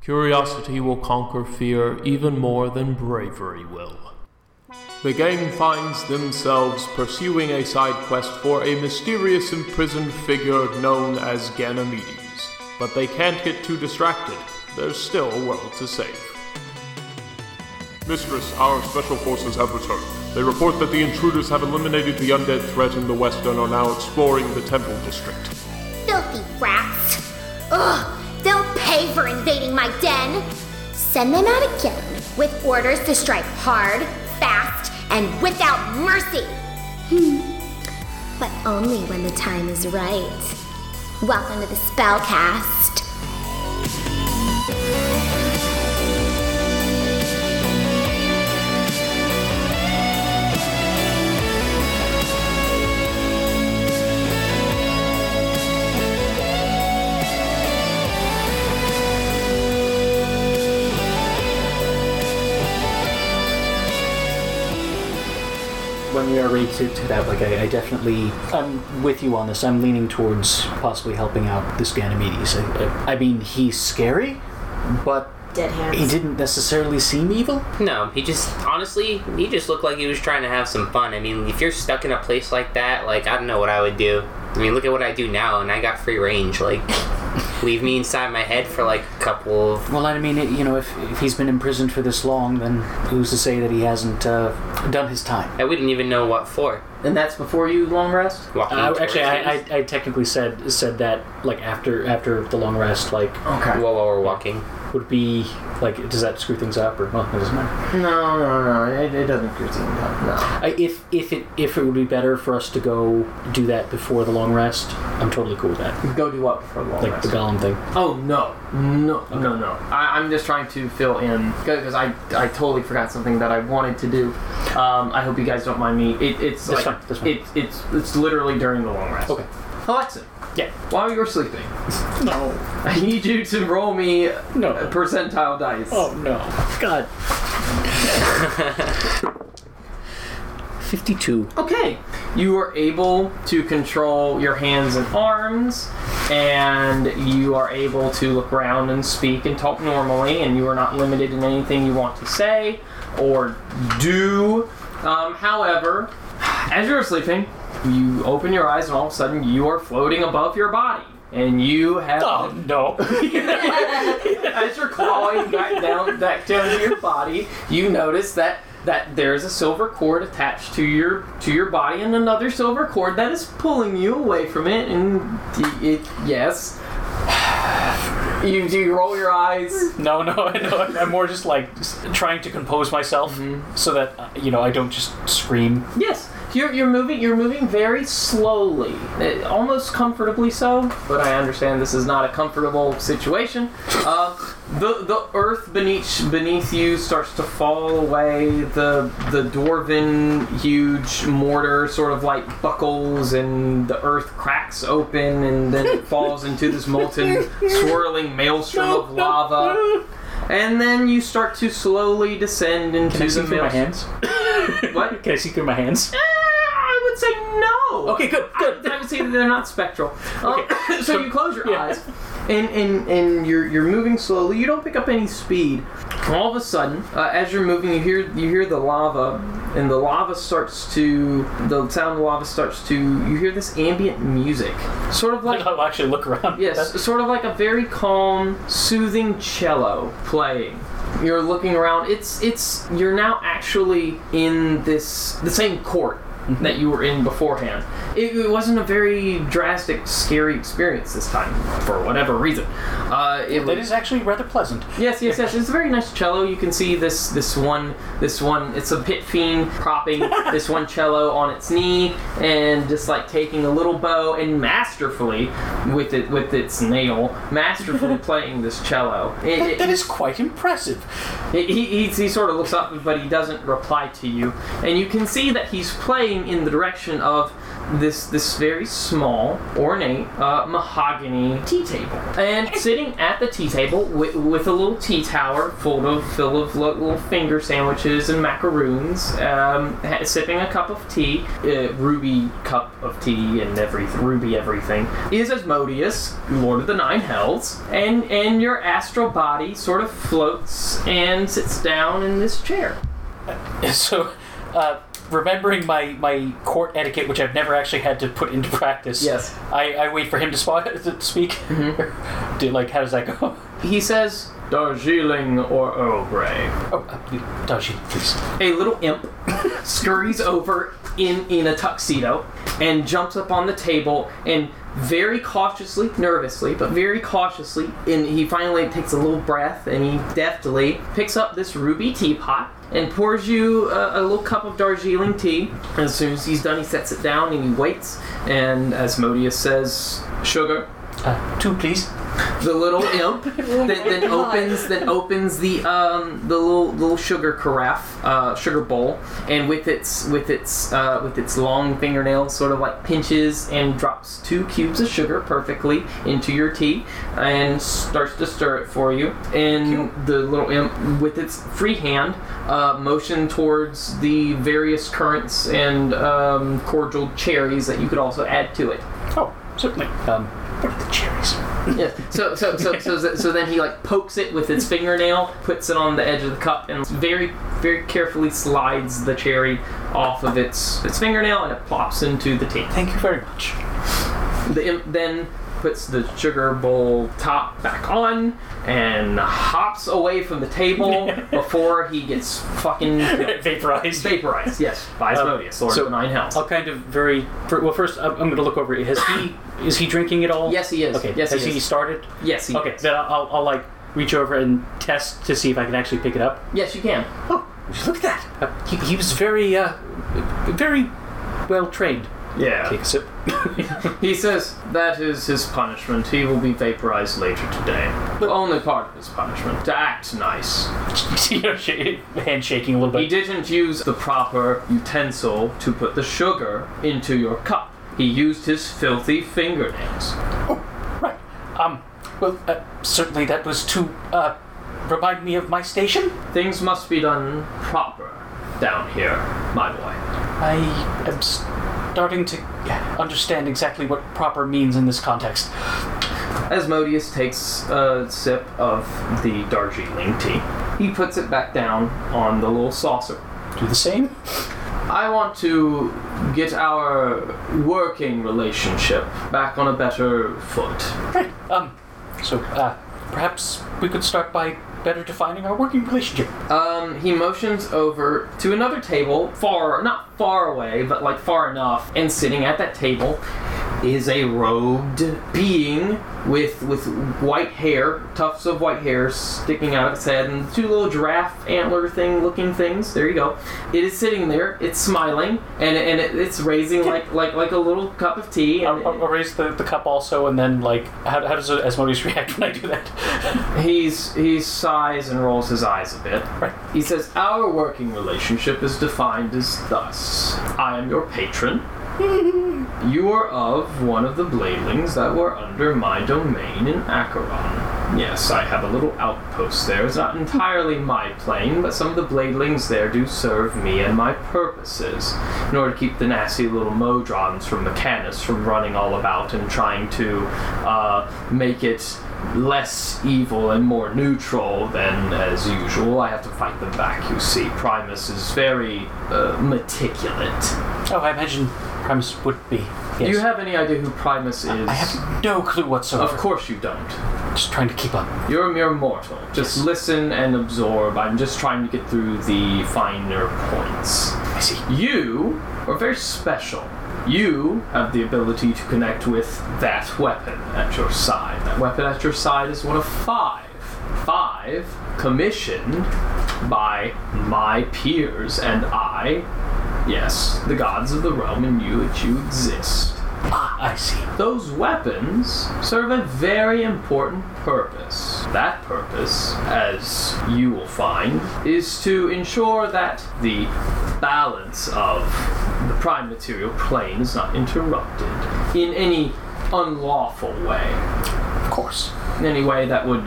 Curiosity will conquer fear even more than bravery will. The gang finds themselves pursuing a side quest for a mysterious imprisoned figure known as Ganymedes, but they can't get too distracted. There's still a world to save. Mistress, our special forces have returned. They report that the intruders have eliminated the undead threat in the west and are now exploring the temple district. Filthy rats! Ugh! They'll pay for invading my den! Send them out again with orders to strike hard, fast, and without mercy! Hmm. But only when the time is right. Welcome to the Spellcast. when we are ready to, to that, like I, I definitely, I'm with you on this. I'm leaning towards possibly helping out this Ganymedes. I, I, I mean, he's scary, but Dead hands. he didn't necessarily seem evil. No, he just honestly, he just looked like he was trying to have some fun. I mean, if you're stuck in a place like that, like I don't know what I would do. I mean, look at what I do now, and I got free range. Like, leave me inside my head for like a couple of. Well, I mean, it, you know, if, if he's been imprisoned for this long, then who's to say that he hasn't uh, done his time? I wouldn't even know what for. And that's before you long rest? Walking Uh, towards actually, I, things I, I technically said said that like after after the long rest, like Okay. while we're walking. would be like does that screw things up or well, it doesn't matter. No, no, no. It, it doesn't get team down. No. I, if if it if it would be better for us to go do that before the long rest, I'm totally cool with that. Go do what for long Like rest? the golem thing. Oh no, no, no, no! I, I'm just trying to fill in because I, I totally forgot something that I wanted to do. Um, I hope you guys don't mind me. It, it's That's like fine, that's fine. it's it's it's literally during the long rest. Okay. Alexa, Yeah. while you're sleeping, No. I need you to roll me a No. percentile dice. Oh no. God. Fifty-two. Okay. You are able to control your hands and arms, and you are able to look around and speak and talk normally, and you are not limited in anything you want to say or do. Um, however, as you're sleeping, you open your eyes, and all of a sudden, you are floating above your body. And you have no. as you're clawing back down back down to your body, you notice that that there's a silver cord attached to your to your body and another silver cord that is pulling you away from it and y- it yes. You do you roll your eyes. No, no, I know. I'm more just like just trying to compose myself so that uh, you know I don't just scream. Yes. You're, you're moving you're moving very slowly. eh, almost comfortably so, but I understand this is not a comfortable situation. Uh, the the earth beneath beneath you starts to fall away. The the dwarven huge mortar sort of like buckles and the earth cracks open and then it falls into this molten swirling maelstrom of lava. And then you start to slowly descend into Can I see the through my maelstrom. hands? What? Can I see through my hands? Eh, I would say no. Okay, good, good. I, I would say they're not spectral. Um, so, so- you close your yeah. eyes, and, and and you're you're moving slowly. You don't pick up any speed. All of a sudden, uh, as you're moving, you hear you hear the lava, and the lava starts to the sound of the lava starts to. You hear this ambient music, sort of like I'll actually look around. Yes, sort of like a very calm, soothing cello playing. You're looking around. It's it's you're now actually in this the same court that you were in beforehand. It, it wasn't a very drastic, scary experience this time for whatever reason. Uh, it That was- is actually rather pleasant. Yes, yes, yes. It's a very nice cello. You can see this this one this one. It's a pit fiend propping this one cello on its knee and just like taking a little bow and masterfully with it with its nail masterfully playing this cello. It, That it, is quite impressive. he, he, he sort of looks up, but he doesn't reply to you. And you can see that he's playing in the direction of this this very small, ornate uh, mahogany tea table, and sitting at the tea table with, with a little tea tower full of full of lo- little finger sandwiches and macaroons, um, ha- sipping a cup of tea, uh, ruby cup of tea and every ruby everything is Asmodeus, Lord of the Nine Hells, and and your astral body sort of floats and sits down in this chair. So, uh, remembering my, my court etiquette, which I've never actually had to put into practice. Yes. I, I wait for him to, spot, to speak. Mm-hmm. Do, like, how does that go? He says, Darjeeling or Earl Grey. Oh, uh, Dashi, please. A little imp scurries over in, in a tuxedo and jumps up on the table and very cautiously, nervously, but very cautiously, and he finally takes a little breath and he deftly picks up this ruby teapot and pours you a, a little cup of Darjeeling tea. And as soon as he's done, he sets it down and he waits. And as Modius says, sugar, Uh, two, please. the little imp then, then opens then opens the um the little little sugar carafe uh, sugar bowl and with its with its uh, with its long fingernails sort of like pinches and drops two cubes of sugar perfectly into your tea and starts to stir it for you and the little imp with its free hand uh, motion towards the various currants and um, cordial cherries that you could also add to it Oh, certainly. Um, what are the cherries? yeah. So so so so so- so then he like pokes it with his fingernail, puts it on the edge of the cup, and very very carefully slides the cherry off of its its fingernail, and it plops into the tea. Thank you very much. The imp then puts the sugar bowl top back on and hops away from the table before he gets fucking Vaporized. vaporized. Yes, by Um, Asmodeus, Lord so- of the Nine Hells. I'll kind of very fir- well. First, I'm, I'm going to look over. Has he is he drinking at all? Yes, he is. Okay. Yes, has he he is. started? Yes, he Okay. Then I'll, I'll like reach over and test to see if I can actually pick it up. yes, you can. Oh, look at that! Uh, he, he was very uh, very well trained. Yeah. Take a sip. He says that is his punishment. He will be vaporized later today. But only part of his punishment. To act nice. you know, sh- hand shaking a little He bit. didn't use the proper utensil to put the sugar into your cup. He used his filthy fingernails. Right. Um. Well, uh, certainly that was to uh, remind me of my station. Things must be done proper down here, my boy. I am s- starting to understand exactly what proper means in this context. Asmodeus takes a sip of the Darjeeling tea. He puts it back down on the little saucer. Do the same. I want to get our working relationship back on a better foot. Um, so, uh, perhaps we could start by better defining our working relationship. Um, he motions over to another table, far, not far away, but like far enough, and sitting at that table is a robed being with with white hair, tufts of white hair sticking out of its head, and two little giraffe antler thing looking things. There you go. It is sitting there. It's smiling, and and it, it's raising like like like a little cup of tea. I'll, and- I'll- I'll raise the, the cup also, and then, like, how, how does Asmodeus react when I do that? He's he sighs and rolls his eyes a bit. Right. He says, "Our working relationship is defined as thus: I am your patron. you are of one of the bladings that were under my domain in Acheron. Yes, I have a little outpost there. It's not entirely my plane, but some of the bladelings there do serve me and my purposes, in order to keep the nasty little modrons from Mechanus from running all about and trying to uh, make it less evil and more neutral than as usual. I have to fight them back, you see. Primus is very uh, meticulous. oh, I imagine Primus would be. Yes. Do you have any idea who Primus is? I have no clue whatsoever. Of course you don't. Just trying to keep up. You're a mere mortal. Just Yes. listen and absorb. I'm just trying to get through the finer points. I see. You are very special. You have the ability to connect with that weapon at your side. That weapon at your side is one of five. Five commissioned by my peers and I, yes, the gods of the realm and you that you exist. Ah, I see. Those weapons serve a very important purpose. That purpose, as you will find, is to ensure that the balance of the prime material plane is not interrupted in any unlawful way, Of course. in any way that would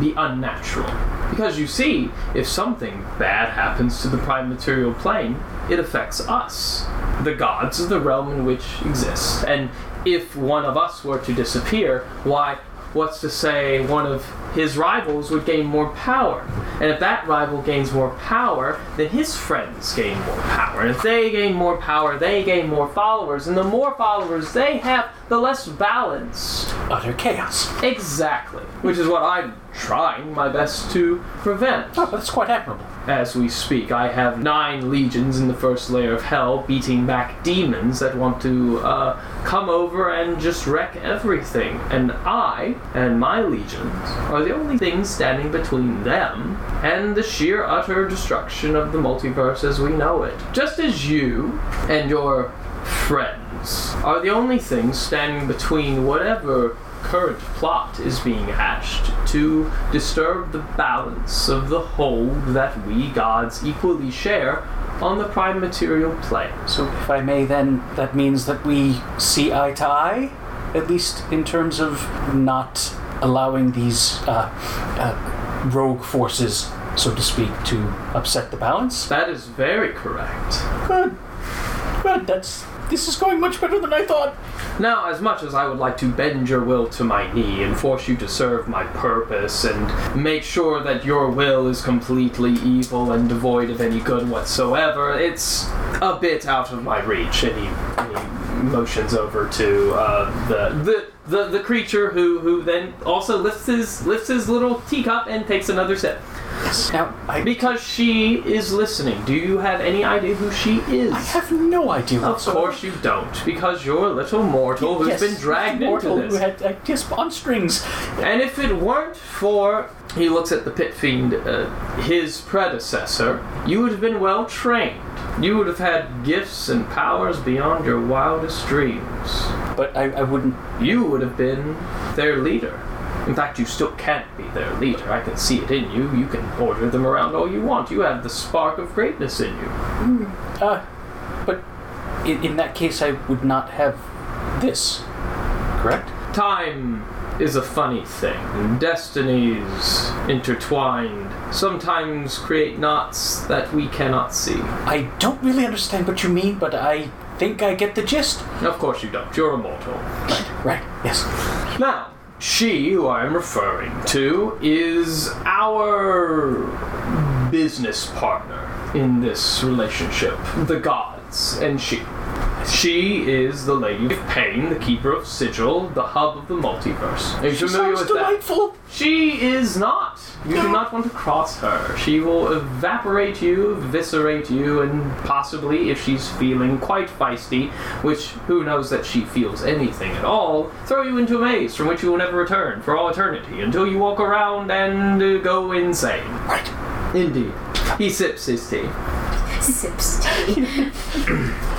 be unnatural. Because you see, if something bad happens to the prime material plane, it affects us, the gods of the realm in which exists. And if one of us were to disappear, why, what's to say one of his rivals would gain more power? And if that rival gains more power, then his friends gain more power. And if they gain more power, they gain more followers. And the more followers they have, the less balanced Utter chaos. Exactly. Which is what I'm trying my best to prevent. Oh, that's quite admirable. As we speak, I have nine legions in the first layer of hell beating back demons that want to uh, come over and just wreck everything. And I and my legions are the only things standing between them and the sheer utter destruction of the multiverse as we know it. Just as you and your friends are the only things standing between whatever current plot is being hatched to disturb the balance of the hold that we gods equally share on the prime material plane. So, if I may, then that means that we see eye to eye, at least in terms of not allowing these uh, uh, rogue forces, so to speak, to upset the balance. That is very correct. Good. Good. That's. This is going much better than I thought. Now, as much as I would like to bend your will to my knee and force you to serve my purpose and make sure that your will is completely evil and devoid of any good whatsoever, it's a bit out of my reach. Any, any motions over to uh, the, the the the creature who who then also lifts his lifts his little teacup and takes another sip Now, I, because she is listening. Do you have any idea who she is? I have no idea. Of course you don't, because you're a little mortal who's Yes, Oh, been dragged mortal into Who this. had, uh, yes, on strings. And if it weren't for, he looks at the pit fiend, uh, his predecessor, you would have been well trained. You would have had gifts and powers beyond your wildest dreams. But I, I wouldn't. You would have been their leader. In fact, you still can't be their leader. I can see it in you. You can order them around all you want. You have the spark of greatness in you. Uh, but in, in that case, I would not have this. Correct? Time is a funny thing. and Destinies intertwined sometimes create knots that we cannot see. I don't really understand what you mean, but I think I get the gist. Of course you don't. You're immortal. Right, yes. Now, she who I am referring to is our business partner in this relationship, the gods and she. She is the Lady of Pain, the Keeper of Sigil, the hub of the multiverse. Are you familiar Sounds with that? delightful. She is not. You do not want to cross her. She will evaporate you, eviscerate you, and possibly, if she's feeling quite feisty, which who knows that she feels anything at all, throw you into a maze from which you will never return for all eternity until you walk around and uh, go insane. Right. Indeed. He sips his tea. Sips tea.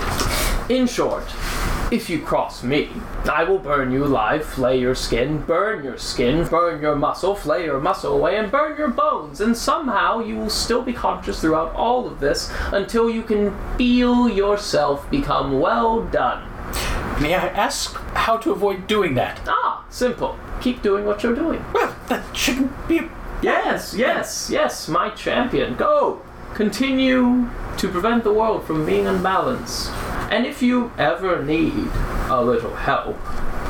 In short, if you cross me, I will burn you alive, flay your skin, burn your skin, burn your muscle, flay your muscle away, and burn your bones. And somehow you will still be conscious throughout all of this until you can feel yourself become well done. May I ask how to avoid doing that? Ah, simple. Keep doing what you're doing. Well, that shouldn't be. Yes, yes, yes, my champion. Go! Continue to prevent the world from being unbalanced. And if you ever need a little help,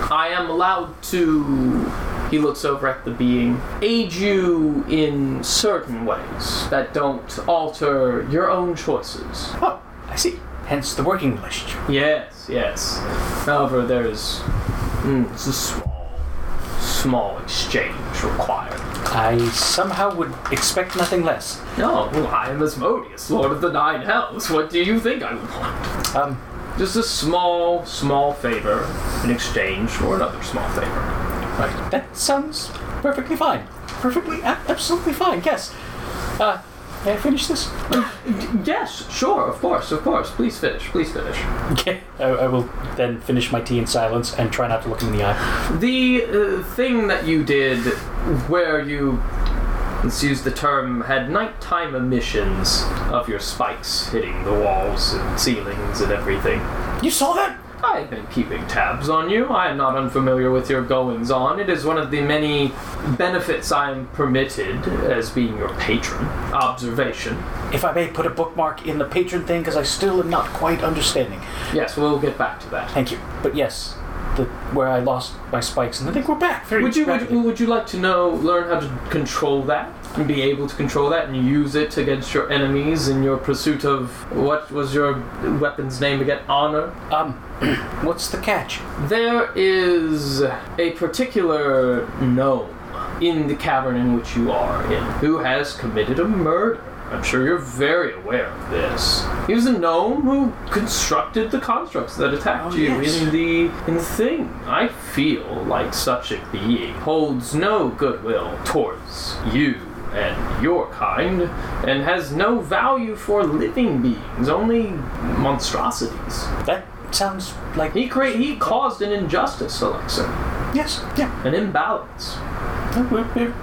I am allowed to. He looks over at the being. Aid you in certain ways that don't alter your own choices. Oh, I see. Hence the working relationship. Yes, yes. However, there is. Mm, it's a small, small exchange required. I somehow would expect nothing less. No, oh, I am Asmodeus, Lord of the Nine Hells. What do you think I would want? Um, Just a small, small favor in exchange for another small favor. right. That sounds perfectly fine. Perfectly, a- absolutely fine. Yes. Uh, May I finish this? Yes, sure, of course, of course. Please finish, please finish. Okay. I, I will then finish my tea in silence and try not to look him in the eye. The uh, thing that you did, where you, let's use the term, had nighttime emissions of your spikes hitting the walls and ceilings and everything. You saw that? I've been keeping tabs on you. I am not unfamiliar with your goings on. It is one of the many benefits I am permitted as being your patron. Observation. If I may put a bookmark in the patron thing, because I still am not quite understanding. Yes, we'll get back to that. Thank you. But yes, the, where I lost my spikes, and I think we're back. Very Would you would, rapidly. would you like to know learn how to control that and be able to control that and use it against your enemies in your pursuit of what was your weapon's name again? Honor. um, what's the catch? There is a particular gnome in the cavern in which you are in who has committed a murder. I'm sure you're very aware of this. He was a gnome who constructed the constructs that attacked Oh, you yes. in the in the thing. I feel like such a being holds no goodwill towards you and your kind, and has no value for living beings, only monstrosities. That sounds like He cre- he caused an injustice, Alexa, yes, yeah. an imbalance. No, We're, we're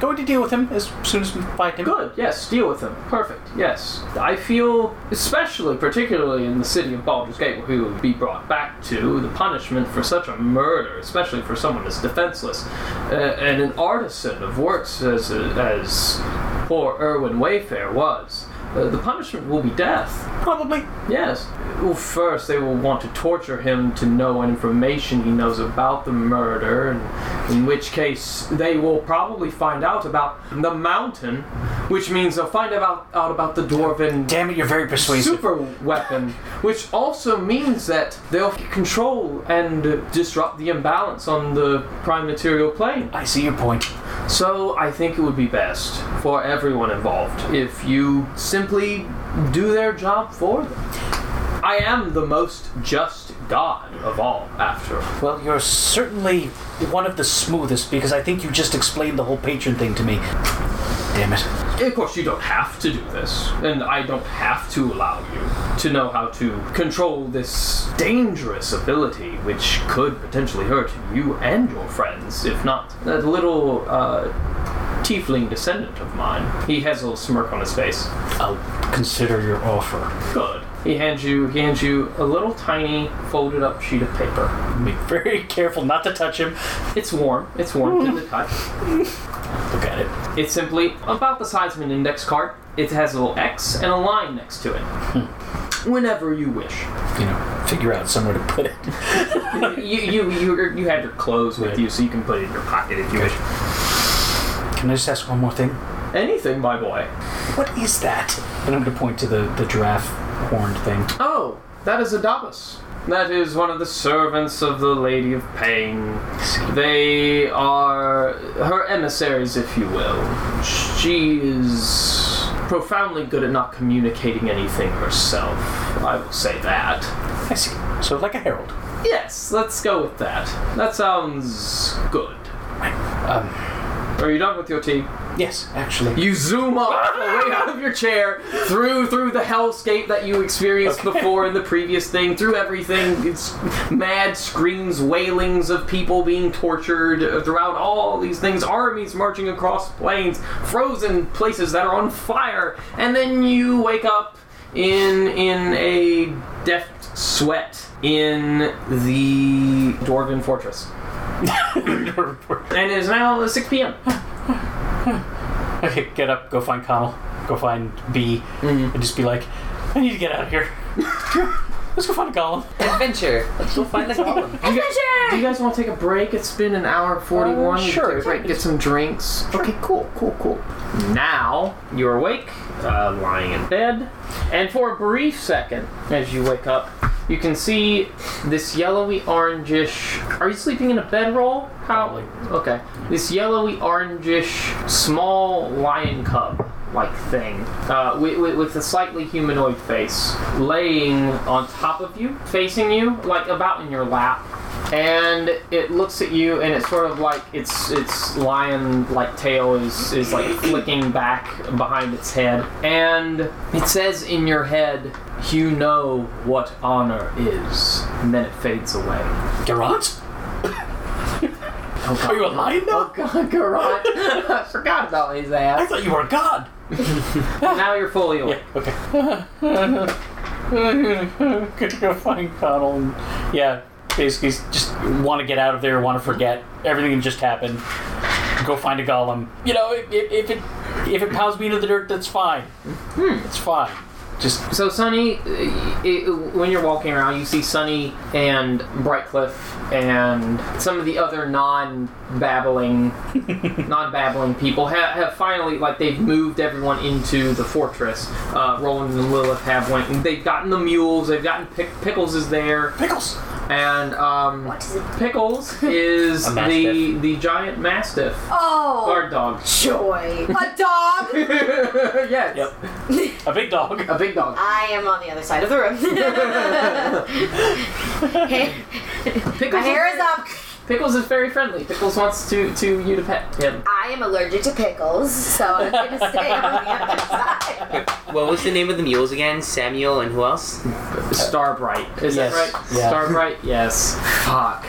going to deal with him as soon as we find him. Good, yes, deal with him. Perfect, yes. I feel, especially particularly in the city of Baldur's Gate, where he will be brought back to, the punishment for such a murder, especially for someone as defenseless uh, and an artisan of works as, as poor Erwin Wayfair was. Uh, the punishment will be death. Probably. Yes. Well, first they will want to torture him to know information he knows about the murder, and in which case they will probably find out about the mountain, which means they'll find about out about the dwarven Damn it, you're very persuasive. super weapon, which also means that they'll control and uh, disrupt the imbalance on the prime material plane. I see your point. So I think it would be best for everyone involved if you simply do their job for them. I am the most just god of all, after all. Well, you're certainly one of the smoothest because I think you just explained the whole patron thing to me. Damn it. Of course, you don't have to do this, and I don't have to allow you to know how to control this dangerous ability, which could potentially hurt you and your friends, if not that little uh, tiefling descendant of mine. He has a little smirk on his face. I'll consider your offer. Good. He hands you he hands you a little tiny folded up sheet of paper. Be very careful not to touch him. It's warm. It's warm to the touch. Look at it. It's simply about the size of an index card. It has a little X and a line next to it. Whenever you wish. You know, figure out somewhere to put it. You you you, you have your clothes with you, so you can put it in your pocket if you wish. Can I just ask one more thing? Anything, my boy. What is that? And I'm going to point to the, the giraffe horned thing. Oh, that is Adabas. That is one of the servants of the Lady of Pain. They are her emissaries, if you will. She is profoundly good at not communicating anything herself. I will say that. I see. So, like a herald. Yes, let's go with that. That sounds good. Um, Are you done with your tea? yes, actually. You zoom off away out of your chair, through through the hellscape that you experienced before in the previous thing, through everything. It's mad screams, wailings of people being tortured uh, throughout all these things, armies marching across plains, frozen places that are on fire, and then you wake up in in a deft sweat in the dwarven fortress. And it is now 6 p.m. okay, get up, go find Connell, go find B, and just be like, I need to get out of here. Let's go find a golem. Adventure. Let's go find the golem. Do you, guys, do you guys want to take a break? It's been an hour and 41. Uh, sure. Take a break, get some drinks. Okay, cool, cool, cool. Now, you're awake, uh, lying in bed, and for a brief second, as you wake up, you can see this yellowy orangish. Are you sleeping in a bedroll? How? Okay. This yellowy orangish small lion cub like thing uh, with, with, with a slightly humanoid face laying on top of you, facing you, like about in your lap and it looks at you, and it's sort of like its its lion like tail is is like flicking back behind its head, and it says in your head, "You know what honor is," and then it fades away. Garant? Oh Are God, you a lion now? oh, God Garant, I forgot about his I ass. thought you were a god. Now you're fully awake. Yeah, okay. Could go find Connell and yeah, basically s- just want to get out of there, want to forget everything that just happened. Go find a golem. You know, if, if, if it if it pounds me into the dirt, that's fine. It's fine. Just So Sunny, uh, it, when you're walking around, you see Sunny and Brightcliff and some of the other non-babbling, non-babbling people have, have finally like they've moved everyone into the fortress. Uh, Roland and Lilith have went. And they've gotten the mules. They've gotten Pick- Pickles is there, pickles. and um, What is it? Pickles is A mastiff. the the giant mastiff Oh, guard dog. joy. A dog? yes, Yep. A big dog. a big dog. I am on the other side of the room. My Pickles, hair is up. Pickles is very friendly. Pickles wants to to you to pet him. I am allergic to pickles, so I'm gonna stay on the other side. What was the name of the mules again? Samuel and who else? Starbright. Is Yes. that right? Yeah. Starbright? Yes. Fuck.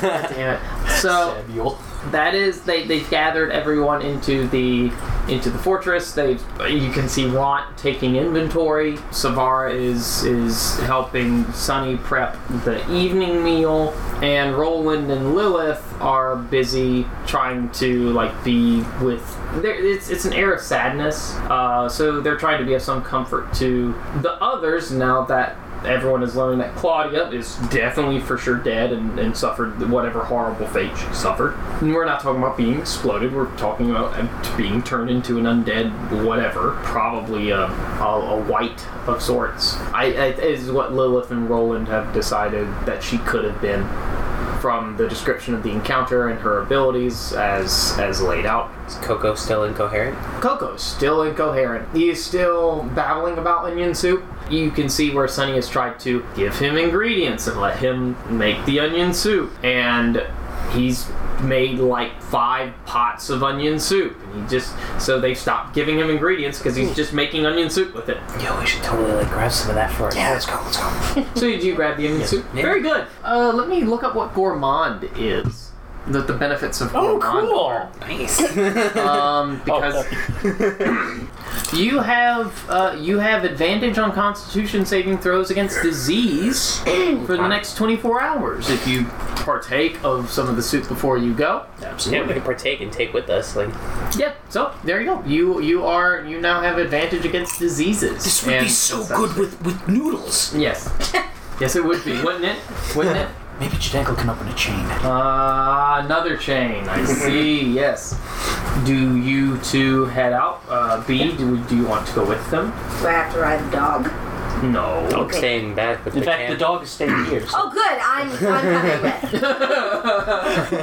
Damn it. So Samuel. that is they they've gathered everyone into the into the fortress. They you can see Want taking inventory. Savara is is helping Sunny prep the evening meal, and Roland and Lilith are busy trying to like be with. There, it's it's an air of sadness. Uh, so they're trying to be of some comfort to the others now that everyone has learned that Claudia is definitely for sure dead and, and suffered whatever horrible fate she suffered. And we're not talking about being exploded, we're talking about uh, being turned into an undead whatever, probably a, a, a white of sorts. I, I is what Lilith and Roland have decided that she could have been from the description of the encounter and her abilities as as laid out. Is Coco still incoherent? Coco's still incoherent. He is still babbling about onion soup. You can see where Sunny has tried to give him ingredients and let him make the onion soup. And he's made like five pots of onion soup. And he just so they stopped giving him ingredients because he's just making onion soup with it. Yo, we should totally like grab some of that for us. Yeah, let's go. Let's go. So did you grab the onion soup? Yeah. Very good. Uh, let me look up what gourmand is. The, the benefits of Oh, gourmand are. cool. Nice. um, because Oh, you have uh, you have advantage on Constitution saving throws against disease for the next 24 hours if you partake of some of the soup before you go. yeah, we can partake and take with us. Like, Yep. So there you go. You you are you now have advantage against diseases. This would be And- so good with with noodles. Yes. Yes, it would be, wouldn't it? Wouldn't it? Maybe Jadenko can open a chain. Uh, another chain. I see. yes. Do you two head out? Uh, B, do, do you want to go with them? Do I have to ride the dog? No. I'm staying back with In the fact, camp. the dog is staying here. So. Oh, good. I'm, I'm coming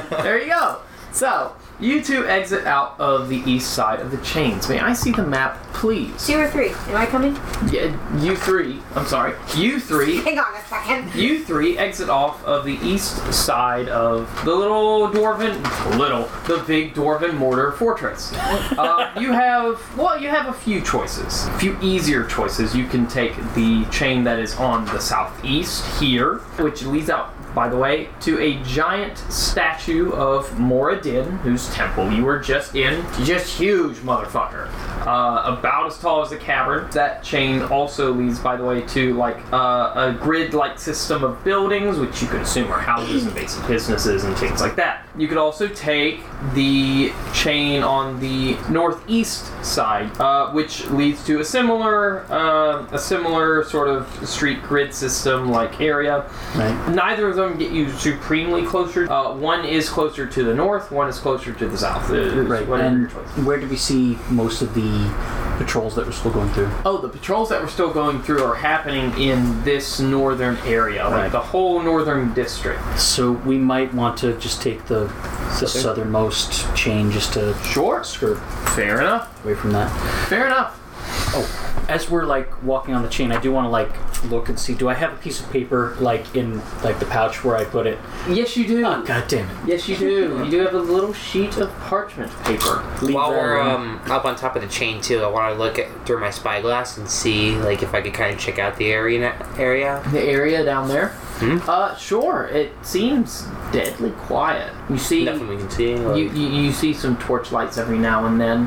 with. There you go. So, you two exit out of the east side of the chains. May I see the map, please? Two or three. Am I coming? Yeah, you three, I'm sorry, you three, Hang on a second. you three exit off of the east side of the little dwarven, little, the big dwarven mortar fortress. Uh, you have, well, you have a few choices, a few easier choices. You can take the chain that is on the southeast here, which leads out by the way, to a giant statue of Moradin, whose temple you were just in. Just huge, motherfucker. Uh, about as tall as the cavern. That chain also leads, by the way, to like uh, a grid-like system of buildings, which you could assume are houses and basic businesses and things like that. You could also take the chain on the northeast side, uh, which leads to a similar, uh, a similar sort of street grid system like area. Neither of them get you supremely closer. Uh, one is closer to the north, one is closer to the south. Right, Whatever your and choice. where do we see most of the patrols that were still going through? Oh, the patrols that we're still going through are happening in this northern area, like Right. the whole northern district. So we might want to just take the, the southernmost chain just to Sure. skirt Fair enough. away from that. Fair enough. Oh, as we're like walking on the chain, I do want to like look and see. Do I have a piece of paper like in like the pouch where I put it? Yes, you do. Oh, God damn it! Yes, you do. You do have a little sheet of parchment paper. Leave While that we're alone. um, up on top of the chain too, I want to look at, through my spyglass and see like if I could kind of check out the area. Area. The area down there. Hmm? Uh, sure. It seems deadly quiet. You see, Nothing we can see. like- you, you, you see some torch lights every now and then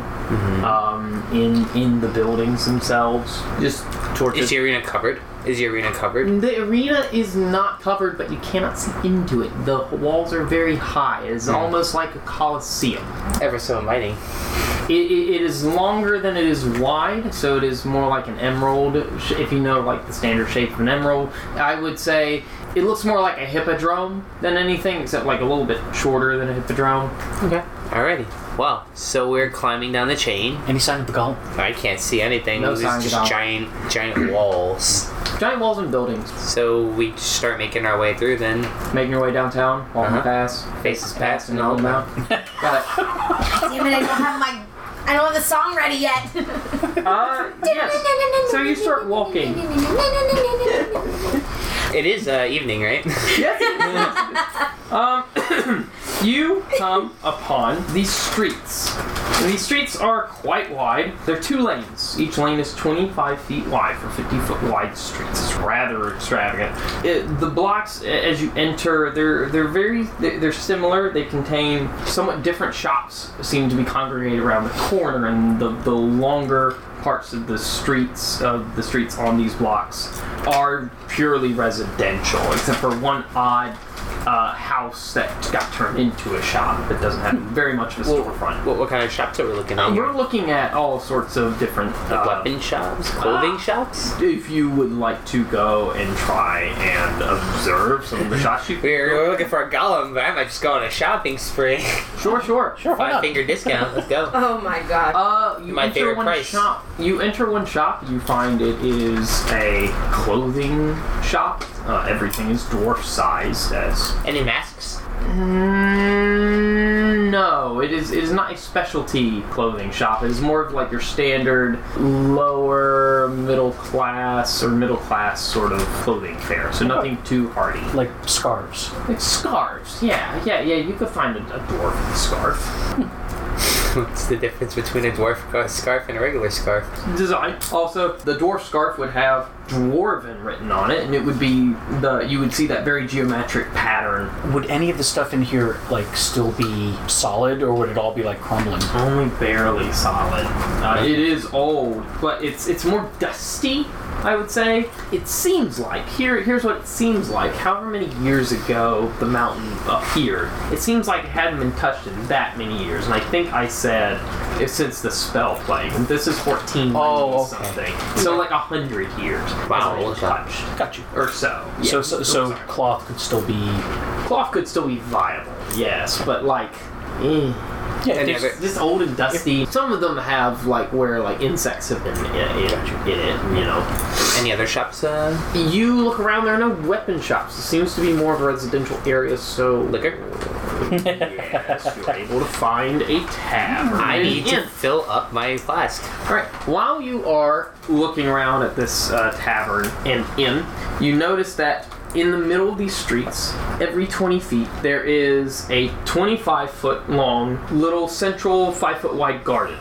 um, in in the buildings themselves. Just is torches. the arena covered? Is the arena covered? The arena is not covered, but you cannot see into it. The walls are very high. It's almost like a coliseum. Ever so inviting. It, it, it is longer than it is wide, so it is more like an emerald. sh- If you know like the standard shape of an emerald, I would say it looks more like a hippodrome than anything, except like a little bit shorter than a hippodrome. Okay. Alrighty. Well, so we're climbing down the chain. any sign of the golem? I can't see anything. No it's signs just at all. giant, giant walls. Giant walls and buildings. So we start making our way through. Then Making your way downtown, walking Uh-huh. past, Faces past and and all all about. Got it. Damn it, I don't have my. I don't have the song ready yet. Uh, yes. So you start walking. it is uh, evening, right? Um, you come upon these streets. And these streets are quite wide. They're two lanes. Each lane is 25 feet wide for 50 foot wide streets. It's rather extravagant. It, the blocks, a- as you enter, they're they're very they're, they're similar. They contain somewhat different shops. Seem to be congregated around the corner and the the longer parts of the streets of the streets on these blocks are purely residential, except for one odd uh, house that got turned into a shop that doesn't have Hmm. very much of a storefront. what, what kind of shops are we looking at? Uh, We're looking at all sorts of different uh, Weapon shops, clothing shops. If you would like to go and try and observe some of the shops, you We're, we're looking for a golem, but I might just go on a shopping spree. sure, sure, sure. Five finger discount. Let's go. Oh my god. Uh, you My enter favorite one price. shop. You enter one shop. You find it is a clothing shop. Uh, everything is dwarf sized. As Any masks? Mm, no, it is it is not a specialty clothing shop. It is more of like your standard lower middle class or middle class sort of clothing fair. So nothing too hardy. Like scarves. Like scarves, yeah, yeah, yeah. You could find a, a dwarf with a scarf What's the difference between a dwarf uh, scarf and a regular scarf? design. Also, the dwarf scarf would have dwarven written on it, and it would be the you would see that very geometric pattern. Would any of the stuff in here like still be solid, or would it all be like crumbling? Only barely solid. Uh, it is old, but it's it's more dusty. I would say it seems like here. Here's what it seems like. However many years ago the mountain appeared, it seems like it hadn't been touched in that many years. And I think I said eh, since the spell plague. and This is 14 Oh, okay. something. So like a hundred years. Wow, hasn't been okay. touched Got you. or so. So Yeah. so, Oh, so sorry. cloth could still be. cloth could still be viable. Yes, but like. eh. Yeah, And there's- if it- It's just old and dusty. Some of them have like where like insects have been in, in, in it. You know, Any other shops? Uh, you look around. There are no weapon shops. It seems to be more of a residential area. So liquor. yes, you're able to find a tavern. I need to Inn. fill up my flask. All right. While you are looking around at this uh, tavern and inn, you notice that in the middle of these streets, every 20 feet, there is a 25 foot long little central 5 foot wide garden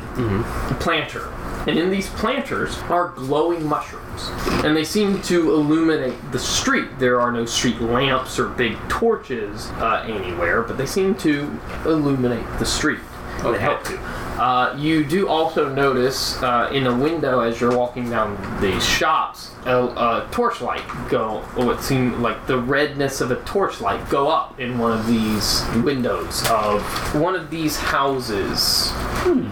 planter. And in these planters are glowing mushrooms. And they seem to illuminate the street. There are no street lamps or big torches uh, anywhere, but they seem to illuminate the street would Okay. help you. Uh, you do also notice uh, in a window as you're walking down these shops, a, a torchlight go, or what seemed like the redness of a torchlight go up in one of these windows of one of these houses.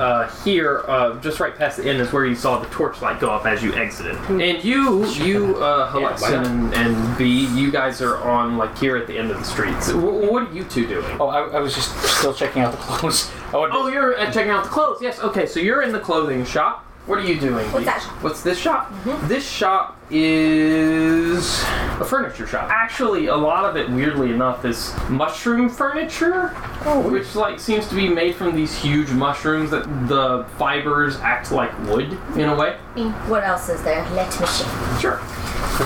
Uh, here, uh, just right past the end, is where you saw the torchlight go up as you exited. And you, you, uh, Halexian not? and, and B, you guys are on like here at the end of the streets. W- what are you two doing? Oh, I, I was just still checking out the clothes. I would, Oh, you're uh, checking out the clothes. Yes. Okay. So you're in the clothing shop. What are you doing? What's that shop? What's this shop? This shop is a furniture shop. Actually, a lot of it, weirdly enough, is mushroom furniture, which like seems to be made from these huge mushrooms that the fibers act like wood in a way. What else is there? Let me see. Sure.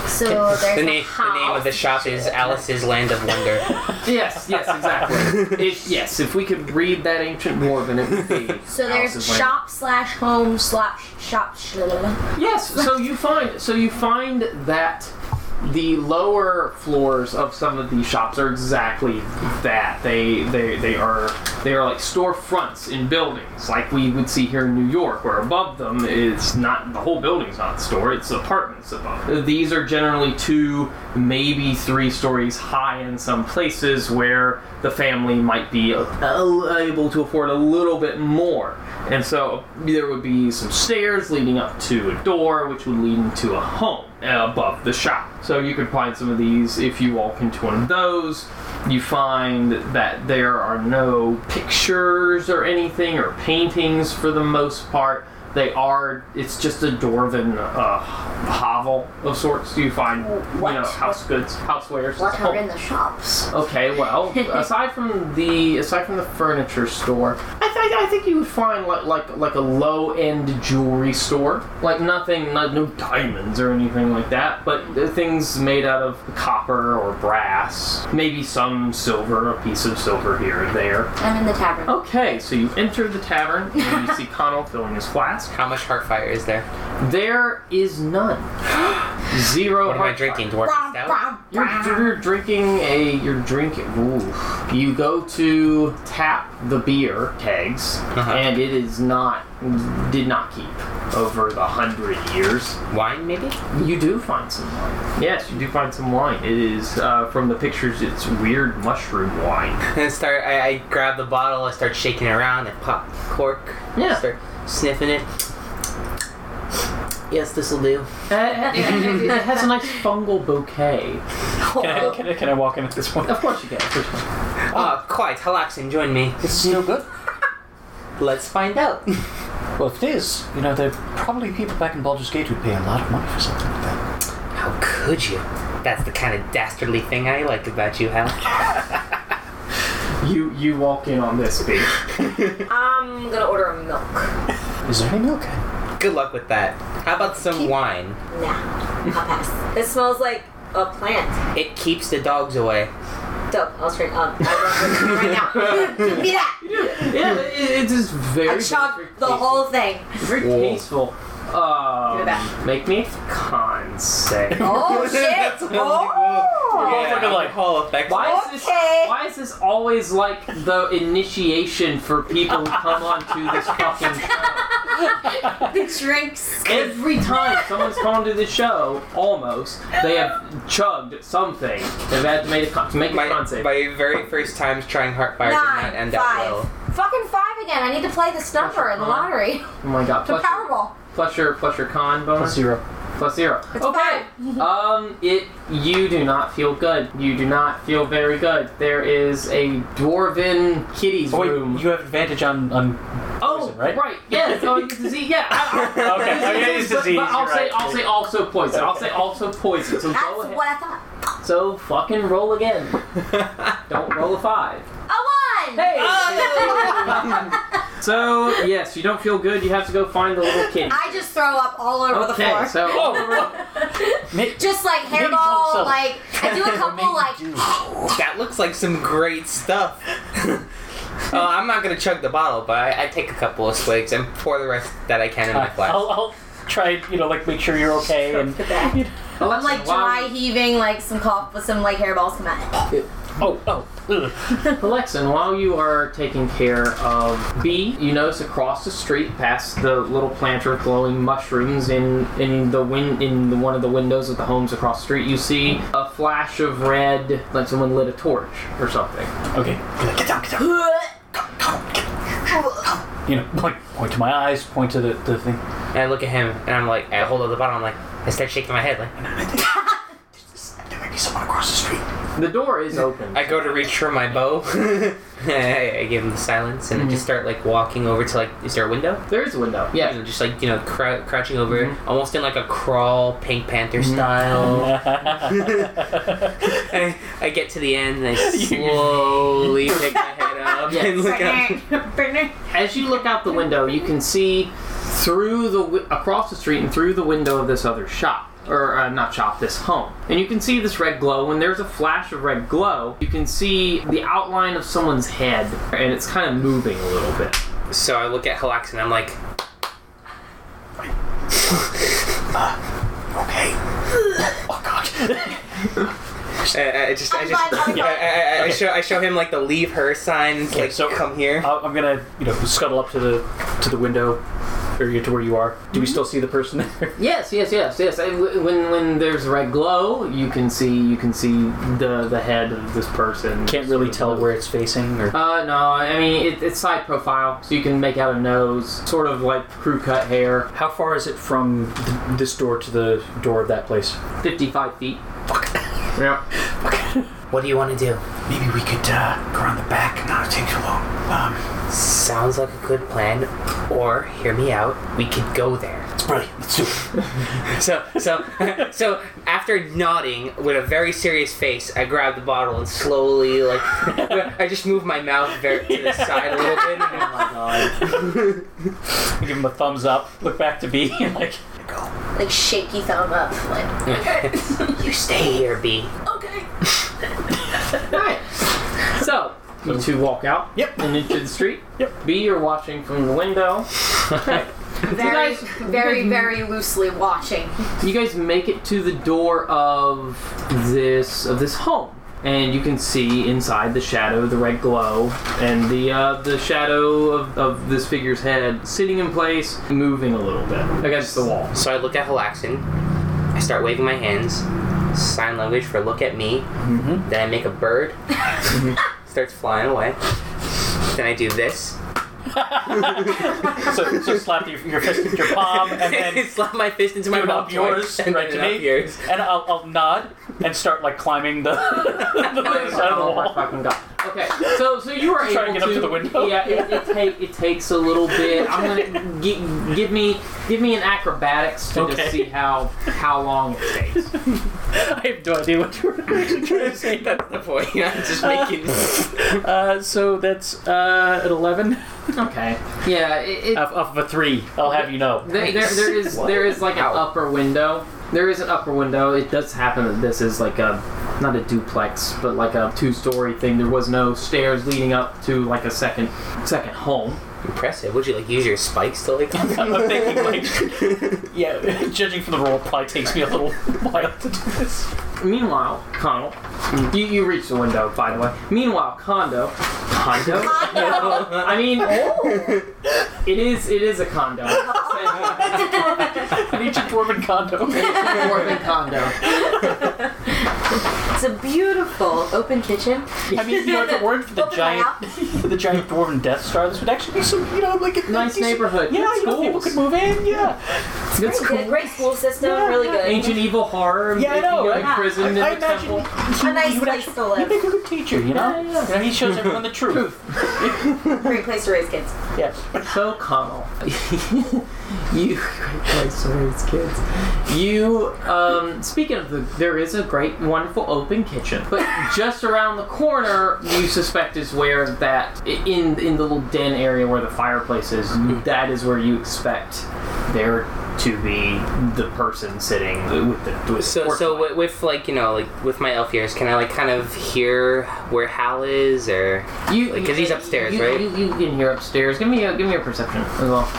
So there's The a name, the name of the house. shop is Alice's Land of Wonder. Yes, yes, exactly. if, yes, if we could read that ancient dwarven, it would be. So there's Alice's Land. shop slash home slash shop. Sh- Yes, so you find so you find that the lower floors of some of these shops are exactly that. They they they are they are like storefronts in buildings, like we would see here in New York, where above them it's not the whole building's not the store, it's apartments above. These are generally two, maybe three stories high in some places where the family might be uh, able to afford a little bit more. And so there would be some stairs leading up to a door, which would lead into a home uh, above the shop. So you could find some of these if you walk into one of those. You find that there are no pictures or anything or paintings for the most part. They are, it's just a dwarven uh, hovel of sorts. You find, What? you know, house goods, housewares. what home- are in the shops? Okay, well, aside from the aside from the furniture store, I, th- I think you would find like like like a low end jewelry store, like nothing, not, no diamonds or anything like that, but the things made out of copper or brass, maybe some silver, a piece of silver here or there. I'm in the tavern. Okay, so you enter the tavern and you see Connell filling his flask. How much heartfire is there? There is none, zero. What am I heartfire. drinking? Dwarven stout. Um, You're, you're drinking a. You're drinking. Ooh. You go to tap the beer kegs, and it is not. Did not keep over the hundred years. Wine, maybe? You do find some wine. Yes, you do find some wine. It is uh, from the pictures. It's weird mushroom wine. And I start. I, I grab the bottle. I start shaking it around. I pop the cork. Yeah. Start sniffing it. Yes, this will do. Uh, it, it- it has a nice fungal bouquet. Can I, can, I, can I walk in at this point? Of course you get. it. Ah, quite. Halaxin, join me. It's still good. Let's find out. Well, if it is, you know, there are probably people back in Baldur's Gate who'd pay a lot of money for something like that. How could you? That's the kind of dastardly thing I like about you, Hal. You you walk in on this beer. I'm gonna order a milk. Is there any milk? I Good luck with that. How about some wine? Nah, I'll pass. It smells like a plant. It keeps the dogs away. Dope. I'll straight up. I love it right now. Give me that. Yeah, it, it is very. I chug the whole thing. Very tasteful. Give me Um, that. make me con save. Oh shit! Oh. Yeah, like hall effect. Why Why? is, this, Okay. why is this always like the initiation for people who come onto this fucking show? The drinks. Every time someone's come onto the show, almost, they have chugged something. They've had to make a con, to make a My, con save. my very first times trying Heartfire did not Nine, end five. up well. Fucking five again. I need to play this number in the lottery. oh my god. The Plus your, Powerball. plus your, plus your con bonus? Plus zero. Plus zero. okay. um, it you do not feel good. You do not feel very good. There is a dwarven kitty's Oh, wait, room. you have advantage on, on Oh, poison, right? Yes. Oh, it's disease. Yeah. I, I, Okay, disease, oh, yeah, it's but- disease, But, I'll you're say right. I'll say also poison. I'll say also poison. So That's go ahead. what I thought. So fucking roll again. don't roll a five. A one. Hey. so yes, you don't feel good. You have to go find the little kid. Oh, I just throw up all over the Okay. floor. So just like don't hairball. sell. Like I do a couple like. That looks like some great stuff. Uh, I'm not gonna chug the bottle, but I, I take a couple of swigs and pour the rest that I can in my flask. Uh, I'll, I'll try, you know, like make sure you're okay and Alexa, I'm like while- dry heaving, like some cough with some like hairballs come out. Oh, oh. Ugh. Alexa, and while you are taking care of B, you notice across the street, past the little planter of glowing mushrooms in in the win in the, one of the windows of the homes across the street, you see a flash of red, like someone lit a torch or something. Okay. Get down, get down. You know, point, point to my eyes, point to the, the thing. And I look at him and I'm like, I hold up the bottle. I'm like, I start shaking my head like, There might be someone across the street. The door is open. I go to reach for my bow. I, I give him the silence and I just start like walking over to like, is there a window? there is a window. Yeah. You know, just like, you know, crou- crouching over, almost in like a crawl, Pink Panther style. I, I get to the end and I slowly pick my head up and look up. As you look out the window, you can see through the wi- across the street and through the window of this other shop. Or uh, not shop, this home, and you can see this red glow. When there's a flash of red glow, you can see the outline of someone's head, and it's kind of moving a little bit. So I look at Halax and I'm like, Okay. Oh God. I, I just, I just, I, I, I show, I show him like the leave her sign, it's like so- come here. I- I'm gonna, you know, scuttle up to the to the window, or you- to where you are. Do we still see the person there? Yes, yes, yes, yes. And w- when when there's red glow, you can see you can see the the head of this person. Can't really tell where it's facing, or Uh, no, I mean it, it's side profile, so you can make out a nose, sort of like crew cut hair, how far is it from th- this door to the door of that place? fifty-five feet. Yeah. What do you want to do? Maybe we could uh, go around the back. Not take too long. Um, Sounds like a good plan. Or hear me out, we could go there. it's brilliant. Let's do it. So, so, so after nodding with a very serious face, I grab the bottle and slowly, like, I just move my mouth very to the side a little Oh bit. And I'm like, Give him a thumbs up. Look back to B. And like, Like shaky thumb up. Like you stay here, B. okay. Alright. So you two walk out. Yep. And into the street. Yep. B, you're watching from the window. Very, guys- very, very loosely watching. You guys make it to the door of this of this home, and you can see inside the shadow, the red glow, and the uh, the shadow of, of this figure's head sitting in place, moving a little bit against the wall. So I look at Halaxin. I start waving my hands, sign language for look at me. Mm-hmm. Then I make a bird, starts flying away. Then I do this. so, so slap your, your fist into your palm, and then slap my fist into my do it mouth up yours, twice, and right then to up me, yours. and I'll, I'll nod and start like climbing the, the other side of the Oh my wall. fucking god. Okay, so so you are Try able and get up to the window? Yeah, it, it, take, it takes a little bit. I'm gonna gi- give me give me an acrobatics to Okay. just see how how long it takes. I have no idea what you were actually trying to say. That's the point. I'm just making. Uh, so that's uh, an eleven Okay. Yeah, it, it, off, off of a three. I'll have you know. There, there, there is there is like an upper window. There is an upper window. It does happen that this is like a not a duplex, but like a two-story thing. There was no stairs leading up to like a second second home. Impressive. Would you like use your spikes to like? I'm thinking like, yeah. Judging from the roll, it probably takes me a little while to do this. Meanwhile, Connell, you, you reach the window by the way. Meanwhile, condo, condo. I mean, Oh. it is it is a condo. I need your dwarven condo. Dwarven condo. It's a beautiful open kitchen. I mean, you know, if it weren't for the Open giant, layout. for the giant dwarven Death Star, this would actually be some, you know, like a Nice decent- neighborhood. Yeah, Good you know, people schools. could move in. Yeah, Good Pretty good. school. Great school system. Yeah, really yeah. good. Ancient evil horror. Yeah, I know, you right? Prison in I the imagine temple. a nice you would place actually, to live. he'd make a good teacher. You know, Yeah, yeah. You know, he shows everyone the truth. Great place to raise kids. Yeah. So Connell, you great place to raise kids. You um, speaking of the, there is a great, wonderful open kitchen, but just around the corner, you suspect is where that in in the little den area where the fireplace is. Mm-hmm. That is where you expect there to be the person sitting with the with the So, torchlight. so with, with like you know like with my elf ears, can I like kind of hear where Hal is or? You, Like, 'cause he's upstairs, you- right? You, you can hear upstairs. Give me a give me a perception as well.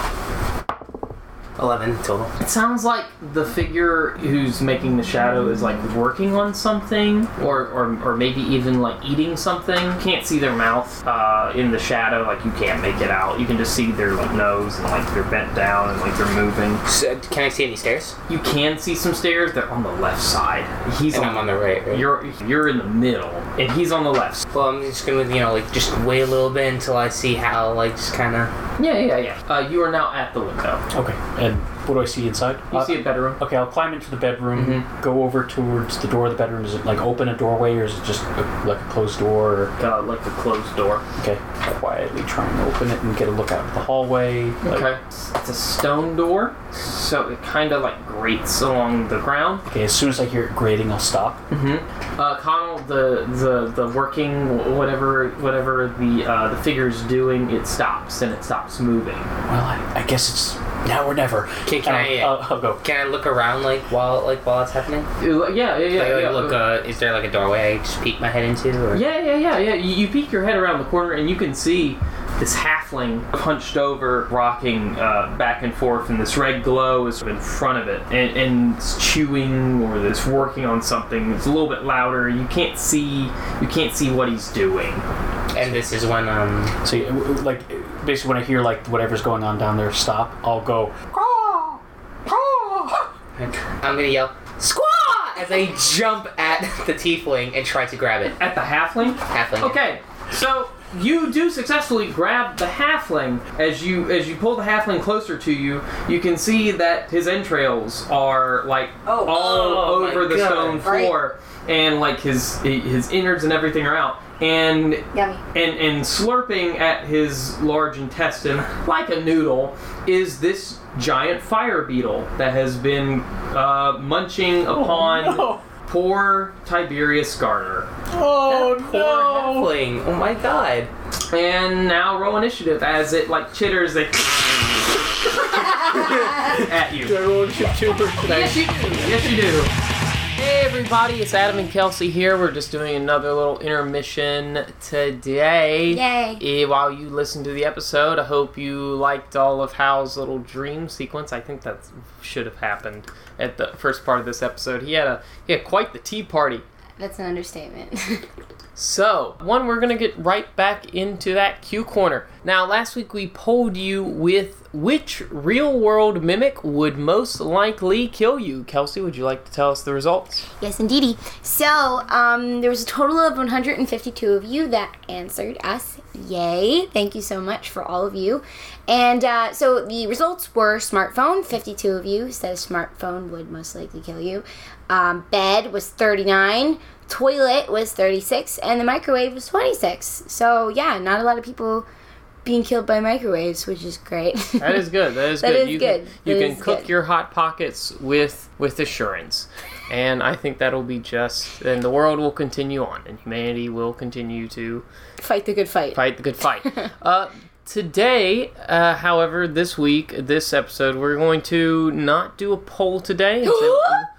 Eleven total. It sounds like the figure who's making the shadow is like working on something, or or, or maybe even like eating something. Can't see their mouth uh, in the shadow, like you can't make it out. You can just see their like nose and like they're bent down and like they're moving. So, uh, can I see any stairs? You can see some stairs. They're on the left side. He's And I'm on the right. right? You're you're in the middle. and he's on the left. Well, I'm just gonna, you know, like just wait a little bit until I see how, like, just kind of. Yeah, yeah, yeah. Uh, you are now at the window. Okay, and what do I see inside? You Uh, see a bedroom. Okay, I'll climb into the bedroom, Mm-hmm. go over towards the door of the bedroom. Is it like open a doorway or is it just a, like a closed door? Or, Uh, like a closed door. okay, quietly try and open it and get a look out of the hallway. like- Okay. It's it's a stone door, so it kind of like grates along the ground. okay, as soon as I hear it grating, I'll stop. Uh, Connell, the, the the working whatever whatever the uh, the figure is doing, it stops and it stops moving. Well, I, I guess it's now or never. Can- can I, I'll, I'll, I'll go. Can I look around, like, while like while it's happening? Uh, Yeah, yeah, yeah. like, like, yeah. look, uh, is there like a doorway I just peek my head into? Or... Yeah, yeah, yeah, yeah. You, you peek your head around the corner and you can see this halfling hunched over, rocking uh, back and forth, and this red glow is in front of it, and, and it's chewing or it's working on something. It's a little bit louder. You can't see. You can't see what he's doing. And this is when um. So, yeah, w- w- like, basically, when I hear like whatever's going on down there stop, I'll go. "Caw, caw." I'm gonna yell, Squaw! As I jump at the tiefling and try to grab it. At the halfling, Halfling. Okay, so you do successfully grab the halfling as you as you pull the halfling closer to you. You can see that his entrails are like Oh. all Oh, my over the God. stone floor, and like his his innards and everything are out. And Yummy. and and slurping at his large intestine like a noodle is this giant fire beetle that has been uh, munching upon poor Tiberius Garner. Oh Poor halfling. Oh my god. And now roll initiative as it like chitters like at you. Yes, you do. Yes, you do. Hey, everybody, it's Adam and Kelsey here. We're just doing another little intermission today. Yay. Eh, While you listen to the episode, I hope you liked all of Hal's little dream sequence. I think that should have happened at the first part of this episode. He had a he had quite the tea party. That's an understatement. So, one, we're going to get right back into that Q corner. Now, last week we polled you with which real world mimic would most likely kill you. Kelsey, would you like to tell us the results? yes, indeedy. So, um, there was a total of 152 of you that answered us. Yay! Thank you so much for all of you. And uh, so the results were smartphone. 52 of you said smartphone would most likely kill you. Um, bed was 39. Toilet was 36, and the microwave was 26. So yeah, not a lot of people being killed by microwaves, which is great. That is good. That is That good. is you good. Can, you That can is cook good. your hot pockets with with assurance. And I think that'll be just and the world will continue on and humanity will continue to fight the good fight. fight the good fight. uh, today, uh, however, this week, this episode, we're going to not do a poll today.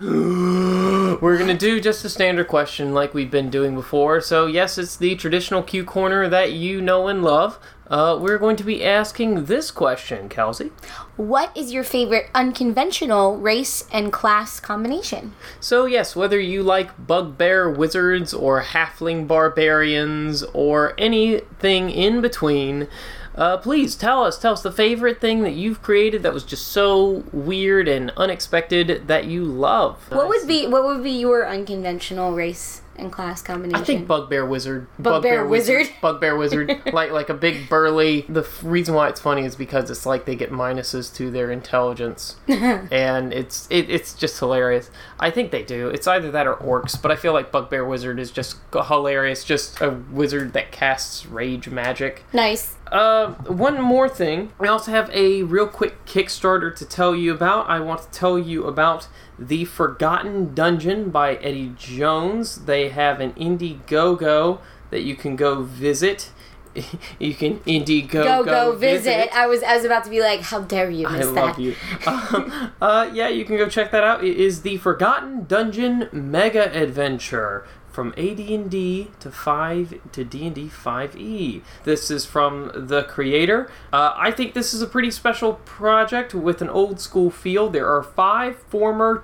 Instead- we're going to do just a standard question like we've been doing before. So, yes, it's the traditional Q corner that you know and love. Uh, we're going to be asking this question, Kelsey. What is your favorite unconventional race and class combination? So, yes, whether you like bugbear wizards or halfling barbarians or anything in between, uh, please tell us. Tell us the favorite thing that you've created that was just so weird and unexpected that you love. What would be what would be your unconventional race and class combination? I think bugbear wizard. Bugbear wizard? Bugbear wizard. like like a big burly. The f- reason why it's funny is because it's like they get minuses to their intelligence, and it's it, it's just hilarious. I think they do. It's either that or orcs, but I feel like bugbear wizard is just g- hilarious. Just a wizard that casts rage magic. nice. Uh, one more thing. I also have a real quick Kickstarter to tell you about. I want to tell you about The Forgotten Dungeon by Eddie Jones. They have an Indiegogo that you can go visit. You can Indiegogo Go go visit. I was I was about to be like, how dare you I miss that? love you. Um, uh, yeah, you can go check that out. It is the Forgotten Dungeon Mega Adventure from AD&D to 5 to D&D 5e. E. This is from the creator. Uh, I think this is a pretty special project with an old school feel. There are five former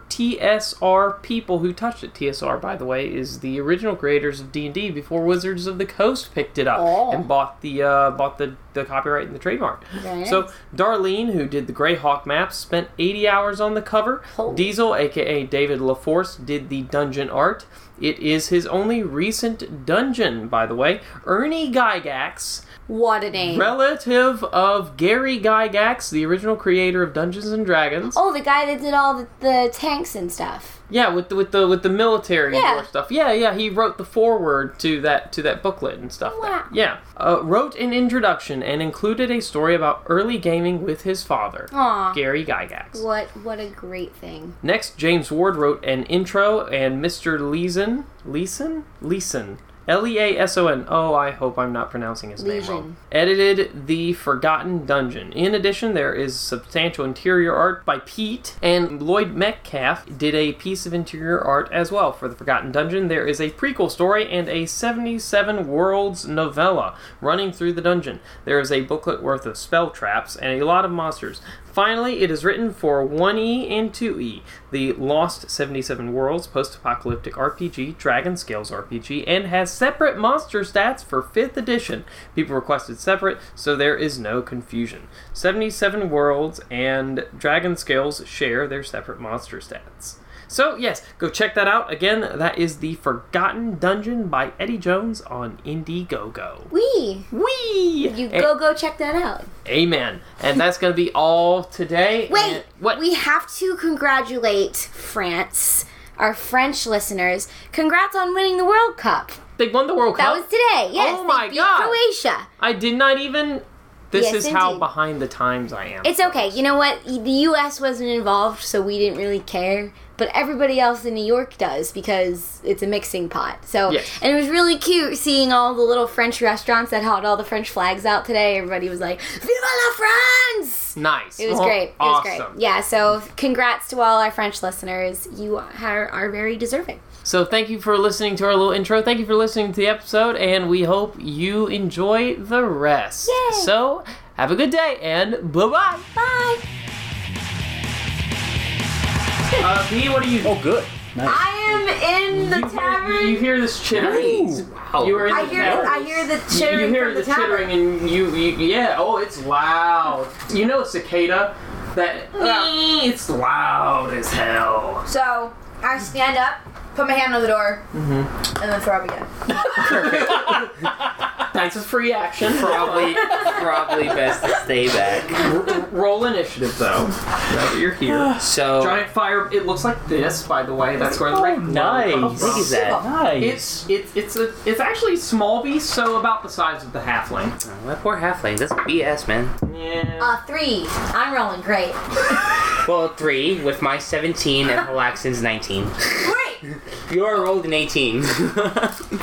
TSR people who touched it. TSR, by the way, is the Oh. original creators of D&D before Wizards of the Coast picked it up and bought the uh, bought the the copyright and the trademark. Very So nice. Darlene, who did the Grey Hawk map, spent 80 hours on the cover. Holy. Diesel, aka David LaForce, did the dungeon art. It is his only recent dungeon, by the way. Ernie Gygax, What a name. relative of Gary Gygax, the original creator of Dungeons and Dragons. oh, the guy that did all the, the tanks and stuff. Yeah, with the, with the with the military and Yeah. war stuff. Yeah, yeah, he wrote the foreword to that to that booklet and stuff. there. Wow. Yeah, uh, wrote an introduction and included a story about early gaming with his father, Aw. Gary Gygax. What what a great thing. Next, James Ward wrote an intro, and Mr. Leeson, Leeson, Leeson, L E A S O N. Oh, I hope I'm not pronouncing his name wrong. Leeson. Edited the Forgotten Dungeon. In addition, there is substantial interior art by Pete and Lloyd Metcalf did a piece of interior art as well for the Forgotten Dungeon. There is a prequel story and a 77 worlds novella running through the dungeon. There is a booklet worth of spell traps and a lot of monsters. Finally, it is written for 1E and 2E, the Lost 77 Worlds post apocalyptic RPG, Dragon Scales RPG, and has separate monster stats for 5th edition. People requested separate, so there is no confusion. 77 Worlds and Dragon Scales share their separate monster stats. So, yes, go check that out. Again, that is The Forgotten Dungeon by Eddie Jones on Indiegogo. Wee. Wee! You go go check that out. Eh, Amen. And that's going to be all today. Wait, And- what? We have to congratulate France, our French listeners. Congrats on winning the World Cup. They won the World That Cup. was today. Yes, Oh my they beat God. Croatia. I did not even. This Yes, is how indeed. behind the times I am. It's okay. You know what? The U.S. wasn't involved, so we didn't really care. But everybody else in New York does because it's a mixing pot. So, Yes. and it was really cute seeing all the little French restaurants that had all the French flags out today. Everybody was like, "Viva la France!" nice. It was Oh, great. It was Awesome. great. Yeah. So, congrats to all our French listeners. You are, are very deserving. So thank you for listening to our little intro. Thank you for listening to the episode, and we hope you enjoy the rest. Yay. So have a good day, and bye bye. Bye. Uh, P, what are you? Oh, good. Nice. I am in the tavern. You hear this chittering? Nice. Wow. You were in I the hear tavern. I hear the You- chittering you hear from the, the, tavern. chittering and you, you yeah oh it's loud you know a cicada that uh, it's loud as hell So I stand up, put my hand on the door, and then throw up again. that's a free action Probably, probably best to stay back. R- roll initiative though now that you're here So, giant fire it looks like this by the way that's where the right how big is that? Oh, Nice. it's it's it's a it's actually a small beast so about the size of the halfling Oh, that poor halfling. That's BS, man. yeah Uh, three. I'm rolling great. Well, three with my 17 and Halaxin's 19. Great. You're rolled an 18.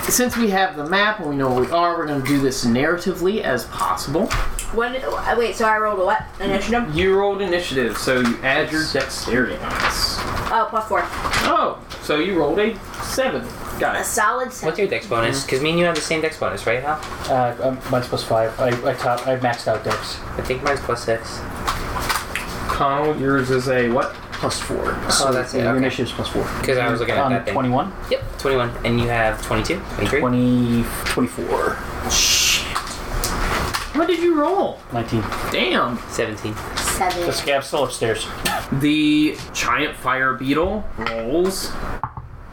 since we have the map and we know where we are we're gonna do this narratively as possible When? uh, Wait. So I rolled a what? Initiative. you rolled initiative so you add your dexterity bonus Oh, plus four. Oh, so you rolled a seven. A Guys. solid. Seven. What's your dex bonus? Because me and you have the same dex bonus, right, Hal? Uh, um, mine's plus five. I, I, top, I maxed out decks. I think mine's plus six. Connell, yours is a what? Plus four. Oh, that's it, Your okay. initiative's plus four. Because I was looking at Um, that thing. 21? Yep, 21. And you have 22? 23? 20, 24. What did you roll? 19. Damn. 17. The Seven. scab's still upstairs. The giant fire beetle rolls.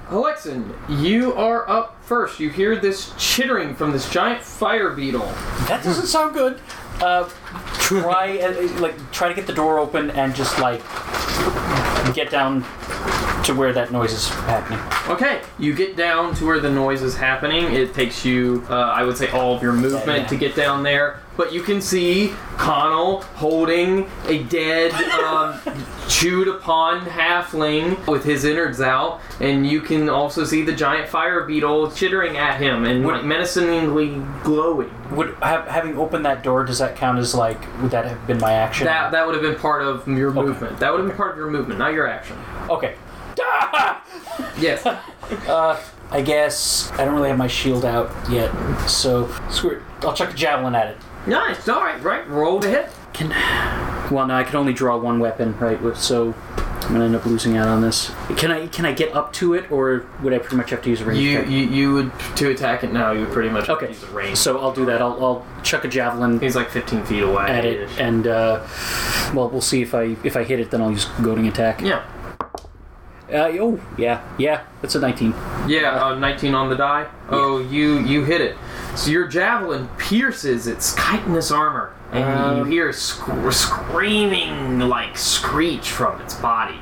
Alexin, you are up first. You hear this chittering from this giant fire beetle. That doesn't sound good. Uh, try and, like try to get the door open and just like get down to where that noise is happening. Okay, you get down to where the noise is happening. It takes you, uh, I would say, all of your movement Yeah, yeah. to get down there. But you can see Connell holding a dead, um, chewed upon halfling with his innards out, and you can also see the giant fire beetle chittering at him and Would- menacingly glowing. Would have, having opened that door does that count as like would that have been my action? That that would have been part of your movement. That would have been part of your movement, not your action. okay. Ah! Yes. I guess I don't really have my shield out yet, so screw it. I'll chuck a javelin at it. nice. All right. Right. Roll to hit. Well, no, I can only draw one weapon, right? with- So I'm gonna end up losing out on this. Can I can I get up to it, or would I pretty much have to use a range? You, you you would to attack it now. You would pretty much Okay. use a range. So I'll do that. I'll, I'll chuck a javelin He's like 15 feet away. at it, and uh, well, we'll see if I if I hit it, then I'll use goading attack. Yeah. Uh, oh, yeah, yeah. That's a 19. Yeah, uh, 19 on the die. Oh, you you hit it. So your javelin pierces its chitinous armor, and you Um, hear a sc- screaming like screech from its body.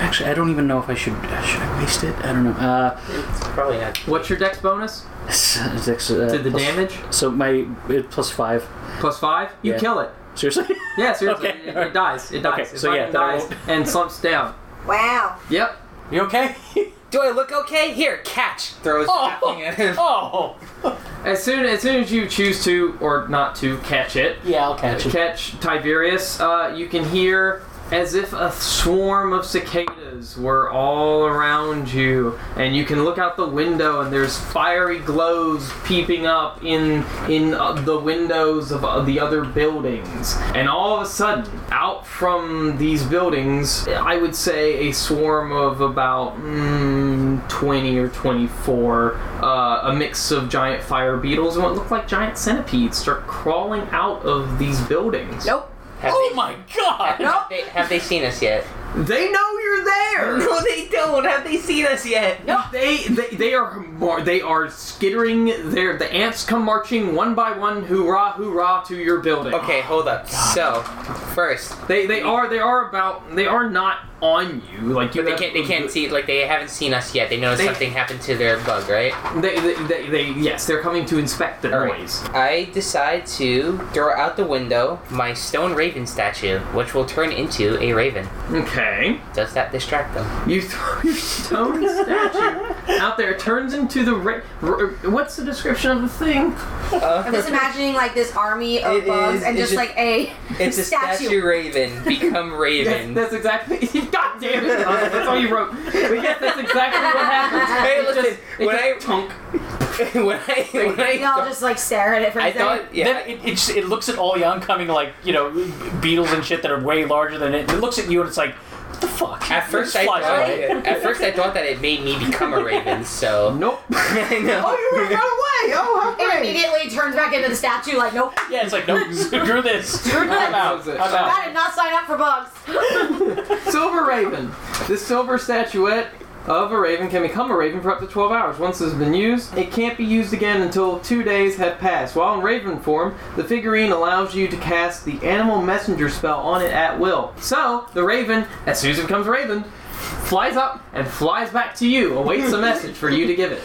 Actually, I don't even know if I should uh, should I waste it. I don't know. Uh, It's probably not. What's your dex bonus six, uh, to the plus- damage? So my it, plus five. Plus five. You Yeah. kill it. Seriously? Yeah, seriously, Okay. it, it dies. It dies. Okay, It so yeah, fucking then I dies and slumps down. Wow. Yep. you okay? Do I look okay? Here, catch. Throws nothing at him. oh, As soon as soon as you choose to or not to catch it, yeah, I'll catch it. catch Tiberius, uh, you can hear as if a swarm of cicadas were all around you, and you can look out the window, and there's fiery glows peeping up in in uh, the windows of uh, the other buildings. And all of a sudden, out from these buildings, I would say a swarm of about mm, 20 or 24, uh, a mix of giant fire beetles and what look like giant centipedes start crawling out of these buildings. Nope. Have Oh they, my god! Have they, have they seen us yet? They know you're there. No, they don't. Have they seen us yet? No, they, they they are mar- they are skittering. Their the ants come marching one by one, hoorah hoorah to your building. Okay, hold up. So, First, They they are they are about they are not on you like you. but they have- can't. They can't see. Like they haven't seen us yet. They noticed They- something happened to their bug, right? They, they, they, they- yes, they're coming to inspect the Alright. noise. I decide to throw out the window my stone raven statue, which will turn into a raven. Okay, Does that distract them? you throw your stone statue out there. It turns into the ra- r- what's the description of the thing? I'm just imagining like this army of It bugs is- and it's just, like just- a It's a statue, raven. Become That's, raven. that's exactly. God damn it! That's all you wrote. But yes, that's exactly what happens. Hey, It just- listen, it when just I- tunk. when I, when I, We all just like stare at it for a I second. thought, yeah, Then it, it's, it looks at all the oncoming, like, you know, beetles and shit that are way larger than it. It looks at you and it's like, what the fuck? At first, I It flies thought, away. at first I thought that it made me become a raven. So Nope. I Oh, Oh, know. you ran away! Oh, It immediately turns back into the statue, like, nope, Yeah, it's like, nope, screw this. you're I'm good. out. I'm out. I did not sign up for bugs. Silver Raven. This silver statuette of a raven can become a raven for up to 12 hours. Once it's been used, it can't be used again until two days have passed. While in raven form, the figurine allows you to cast the animal messenger spell on it at will. So, the raven, as soon as it becomes raven, flies up and flies back to you, awaits a message for you to give it.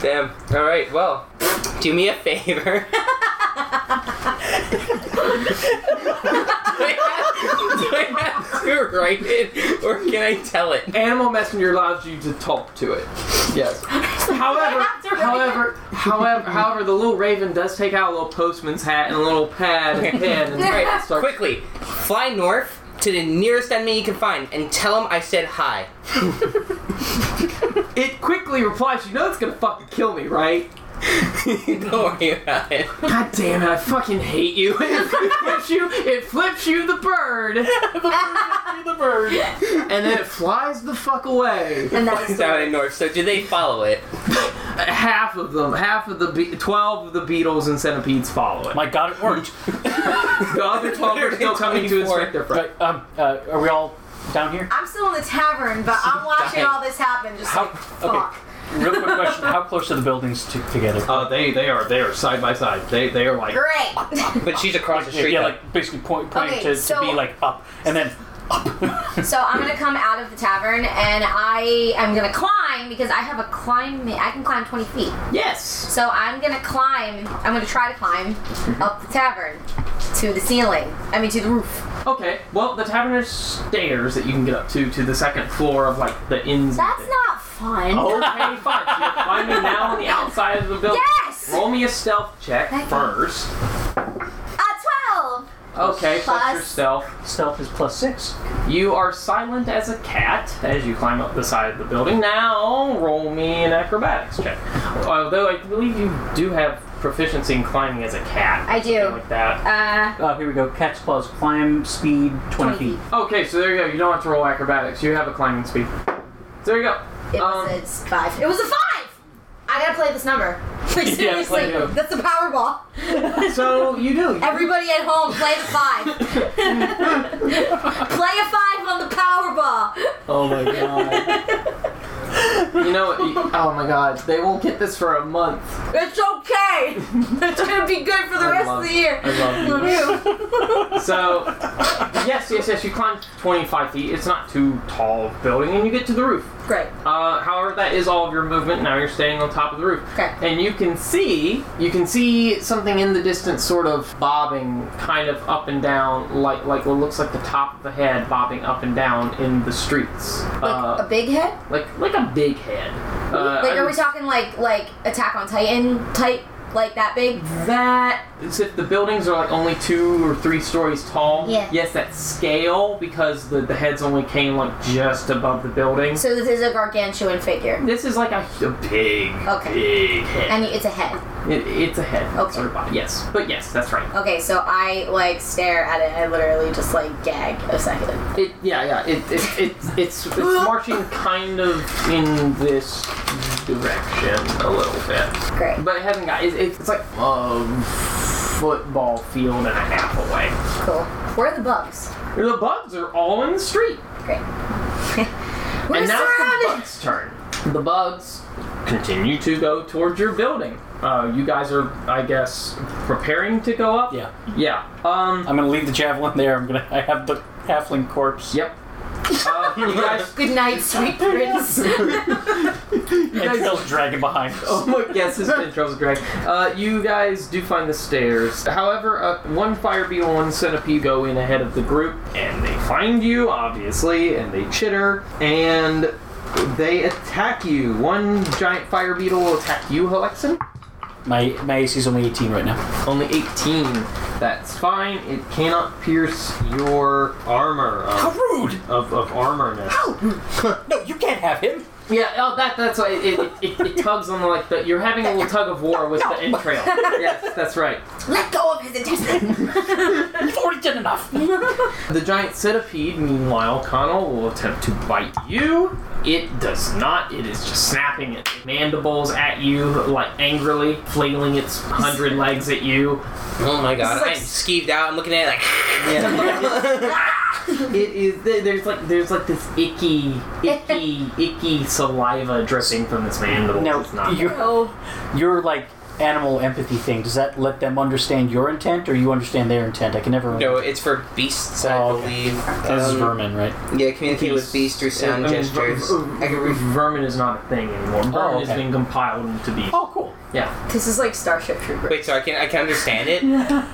Damn. All right. Well, do me a favor. do, I have, do I have to write it, or can I tell it? Animal messenger allows you to talk to it. Yes. however, That's right. however, however, however, the little raven does take out a little postman's hat and a little pad and pen and All right. and starts- Quickly, fly north to the nearest enemy you can find, and tell them I said hi. It quickly replies, "You know it's gonna fucking kill me, right?" Don't worry about it. God damn it! I fucking hate you. it flips you. It flips you the bird, The bird. and then it flies the fuck away. And that's Down in north. So do they follow it? Half of them, half of the be- twelve of the beetles and centipedes follow it. My god, it worked. the other twelve are still coming to inspect their friend. But, um, uh, are we all down here? I'm still in the tavern, but I'm watching Dying. all this happen, just How- like, okay. fuck. Real quick question How close are the buildings to, together? Uh, they they are there side by side. They they are like Great. But she's across the yeah, street. yeah, though. like basically point, pointing Okay, to, to so- be like up. And then So I'm gonna come out of the tavern and I am gonna climb because I have a climb. I can climb 20 feet. yes. So I'm gonna climb. I'm gonna try to climb up the tavern to the ceiling. I mean to the roof. Okay. Well, the tavern has stairs that you can get up to to the second floor of like the inns. and That's things. not fun. Oh. Okay, fine. So you're climbing now on the outside of the building. Yes! Roll me a stealth check Okay. first. A 12. Okay, plus, your Plus- stealth. stealth is plus six. You are silent as a cat as you climb up the side of the building. Now roll me an acrobatics check. Although I believe you do have proficiency in climbing as a cat. I do. Something Like that. Uh, Oh, here we go. Catch claws. Climb speed 20, 20 feet. Okay, so there you go. You don't have to roll acrobatics. You have a climbing speed. There you go. it Um, was a s- five. It was a five. I gotta play this number. Like Yeah, seriously, play it. that's the Powerball. so you do. Everybody at home, play the five. play a five on the Powerball. Oh my god. you know what? you- Oh my god. They won't get this for a month. It's okay. It's gonna be good for the I rest love- of the year. I love Ew. So, yes, yes, yes. You climb 25 feet. It's not too tall of a building, and you get to the roof. Great. Uh, however, that is all of your movement. Now you're staying on top of the roof. Okay. And you can see, you can see something in the distance, sort of bobbing, kind of up and down, like like what looks like the top of the head bobbing up and down in the streets. Like uh, a big head? like like a big head. Uh, Like, I are we would- talking like like Attack on Titan type, like that big? that is if the buildings are like only two or three stories tall. Yeah. Yes, that scale because the, the heads only came like just above the building. So this is a gargantuan figure, This is like a, a big, Okay. big head. and it's a head. It, it's a head Okay. sort of body. Yes, but yes, that's right. Okay, so I like stare at it. I literally just like gag a second. It yeah yeah. It, it, it it's it's marching kind of in this direction a little bit, Great. but it hasn't got. It, it's like a football field and a half away. Cool. Where are the bugs? The bugs are all in the street. Great. We're and now it's the surrounded. bugs' turn. The bugs continue to go towards your building. Uh, you guys are, I guess, preparing to go up. Yeah. Yeah. Um. I'm gonna leave the javelin there. I'm gonna. I have the halfling corpse. Yep. Uh, you guys. Good night, sweet prince. And Phil's dragging behind us. Oh my yes, this has been Charles Greg. Uh, you guys do find the stairs. However, uh, one fire beetle and one centipede go in ahead of the group, and they find you, obviously, and they chitter, and they attack you. One giant fire beetle will attack you, Helixon. My my AC's only 18 right now. Only 18. That's fine. It cannot pierce your armor How of, rude! of, of armorness. No, you can't have him. Yeah, oh, that that's why it, it, it, it tugs on the, like the you're having a little tug of war with the entrail. Yes, that's right. Let go of his intestine. You've already done enough. The giant centipede, meanwhile, Connell will attempt to bite you. It does not. It is just snapping its mandibles at you, like angrily, flailing its hundred legs at you. Oh my god, is like I'm skeeved out. I'm looking at it like. It is there- there's like there's like this icky, icky, icky saliva dripping from its mandibles. It's Now, not your, your like animal empathy thing, does that let them understand your intent or you understand their intent? I can never remember. No, it's for beasts, Oh, I okay. believe. This is Um, vermin, um, right? Yeah, communicate with beasts through sound I mean, ver- gestures. ver- uh, um, vermin is not a thing anymore. Vermin Oh, has okay. been compiled into beasts. Oh, cool. Yeah. this is like Starship Trooper. Wait, so I can I can understand it,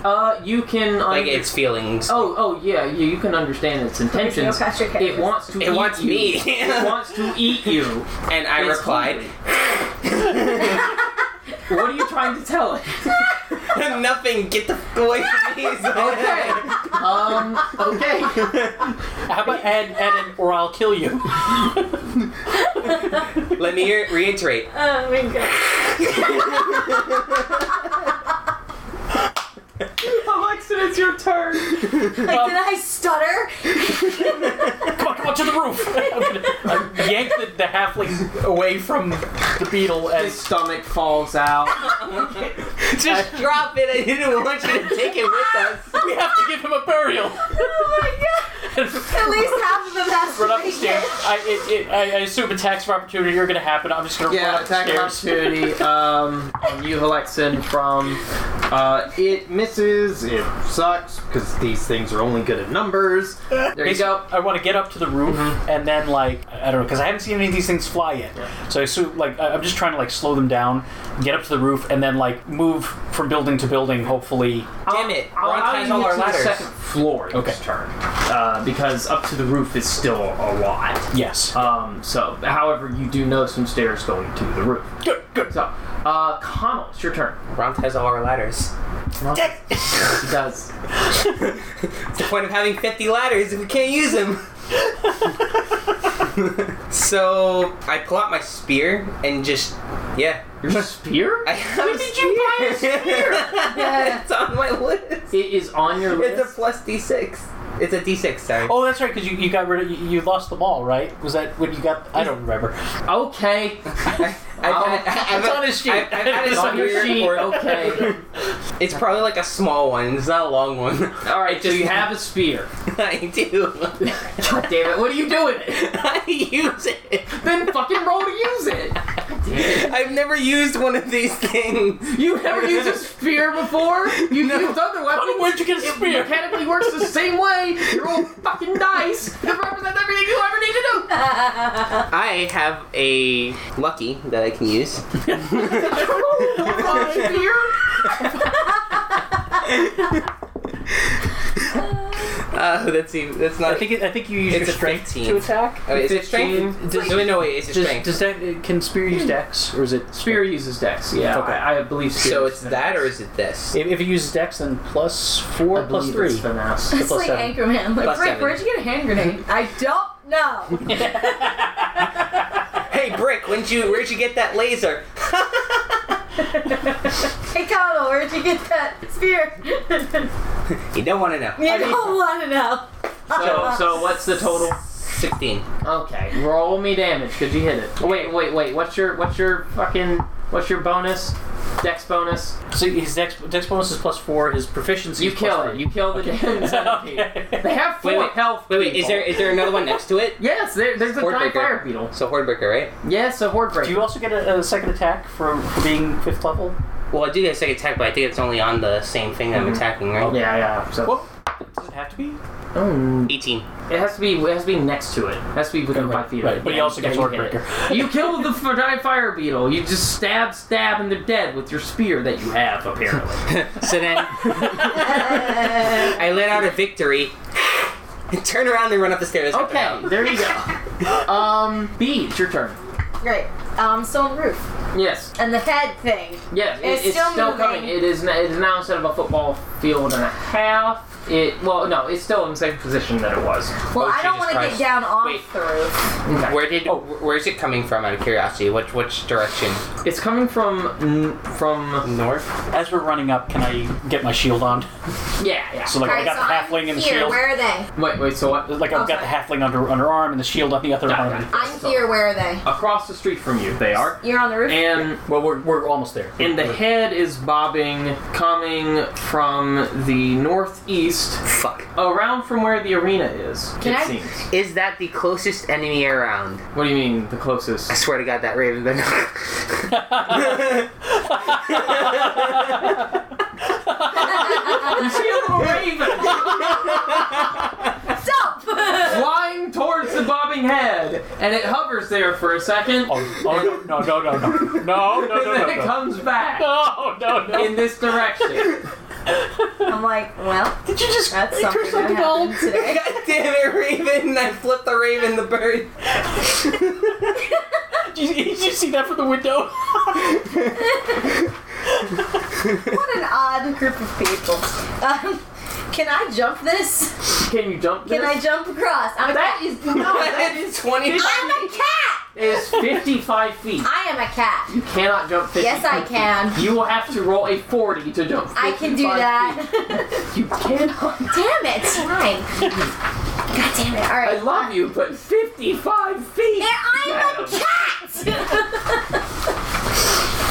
Uh, you can like under- its feelings. Oh, oh yeah, you, you can understand its intentions. No Patrick It Harris. wants to. It eat wants you. me. it wants to eat you. and I It's replied, What are you trying to tell it? "Nothing. Get the f- away from me." Okay. Um. Okay. How about add, add an or I'll kill you? Let me re- reiterate. Oh my god. Alexa, it's your turn. Um, Like, did I stutter? Come on, come on, to the roof! I'm gonna I yank the, the halfling away from the beetle His as stomach falls out. Just drop it. I didn't want you to take it with us. we have to give him a burial! Oh my god. At least half of them has Run up the stairs. I, it, it, I, I assume attacks of opportunity are gonna happen. I'm just gonna run Yeah, up the attack of stairs. opportunity um, on you, Helixin, from uh, it misses. It sucks because these things are only good at numbers. There you Basically, go. Mm-hmm. I want to get up to the roof and then like I I don't know because I haven't seen any of these things fly yet. So I assume like I- I'm just trying to like slow them down, get up to the roof, and then like move from building to building. Hopefully, Damn it. We're I'll on allow time you all to our the ladders. second floor each Okay. turn uh, because up to the roof is still a lot. yes. Um, so, however, you do know some stairs going to the roof. Good, good. So, uh, Connell, it's your turn. Ronth has all our ladders. He does. What's the point of having 50 ladders if we can't use them? so I pull out my spear and just, yeah, Your spear? I have When a did you buy a spear. it's on my list. It is on your It's a list. plus d6. It's a d6, sorry. Oh, that's right, because you, you got rid of you, you lost the ball, right? Was that when you got? I don't remember. okay. I, I, I, I, It's on his sheet. I, I, I, It's on your sheet. Okay. It's probably like a small one. It's not a long one. All right. So you have a spear. I do. God damn it! What do you do with it? I use it. Then fucking roll to use it. I've never used one of these things. You never used a spear before. You No. used other weapons. Where'd you get a It spear? mechanically works the same way. Your old fucking dice that represent everything you ever need to do. I have a lucky that I can use. Roll a spear. Uh, that's even, that's I not. think it, I think you use It's your a strength 15. to attack. Oh, wait, is it 15? strength? Does, no, wait, no, wait, it's a Does, strength. does that uh, can spear use dex or is it Hmm. Spear uses dex. Yeah. Okay. I, I believe. Spear so it's uses that or is it this? If, if it uses dex, then plus I four, plus believe it's three. finesse. It's Plus like seven. Anchorman. I'm like, Plus Brick, seven. where'd you get a hand grenade? I don't know. hey, Brick, when'd you, where'd you get that laser? Hey, Connell, where'd you get that spear? you You don't want to know. don't want to know. Uh, So, so what's the total? 16. Okay, roll me damage because you hit it. Oh, wait, wait, wait. What's your what's your fucking what's your bonus? Dex bonus. So his dex, dex bonus is plus four. His proficiency. You is kill plus it. three. You kill the damn centipede. They have four Wait, wait, health. Wait, wait, is people. there is there another one next to it? Yes, there, there's a Horde giant breaker. fire beetle. So Hordebreaker, right? Yes, a horde breaker. Do you also get a, a second attack for, for being fifth level? Well, I do get a second attack, but I think it's only on the same thing that I'm attacking, right? yeah, yeah. So Well, does it have to be? Mm, 18. it has to be it has to be next to it. It has to be within Right, five feet. right, of it. but he also gets you hit Hordebreaker. it. You kill the f- giant fire beetle. You just stab, stab, and they're dead with your spear that you have apparently. So then I let out a victory. and Turn around and run up the stairs. Okay, there you go. Um, B, it's your turn. Great. Um, still on the roof. Yes, And the head thing. yes, it- It's it's, still still, moving. coming. It is, n- it is now instead of a football field and a half. It well, no, it's still in the same position that it was. Well, Oh, I don't Jesus want to get Christ. down off Wait. the roof. Okay. Where did? wh- Where's it coming from? Out of curiosity, which which direction? It's coming from n- from North. As we're running up, can I get my shield on? yeah yeah. So like I Alright, got so the I'm halfling and the here. shield. Where are they? Wait wait. So what? Like I've got the halfling under under arm and the shield on the other Yeah, arm. yeah. I'm here. Where are they? Across the street from you, they are. You're on the roof. And Well, we're, we're almost there. and the head is bobbing, coming from the northeast, Fuck. around from where the arena is. Can it I- seems. Is that the closest enemy around? What do you mean the closest? I swear to God, that raven. But Shield raven. Stop! flying towards the bobbing head, and it hovers there for a second, Oh, oh no, no, no, no, no, no, no, and no, then no, it no. comes back No, no, no. in this direction. I'm like, well, Did you just that's something that happened today. God damn it, raven! I flipped the raven, the bird. Did you, did you see that from the window? What an odd group of people. Um, can I jump this? Can you jump? Can I this? jump across? I'm a That cat. is no. That is twenty. I'm a cat! It's fifty-five feet. I am a cat. You cannot jump fifty. Yes, I can. You will have to roll a forty to jump. I can do 55 that. feet. You cannot. Damn it! Fine. God damn it! All I right. love you, but fifty-five feet. Yeah, I'm a cat.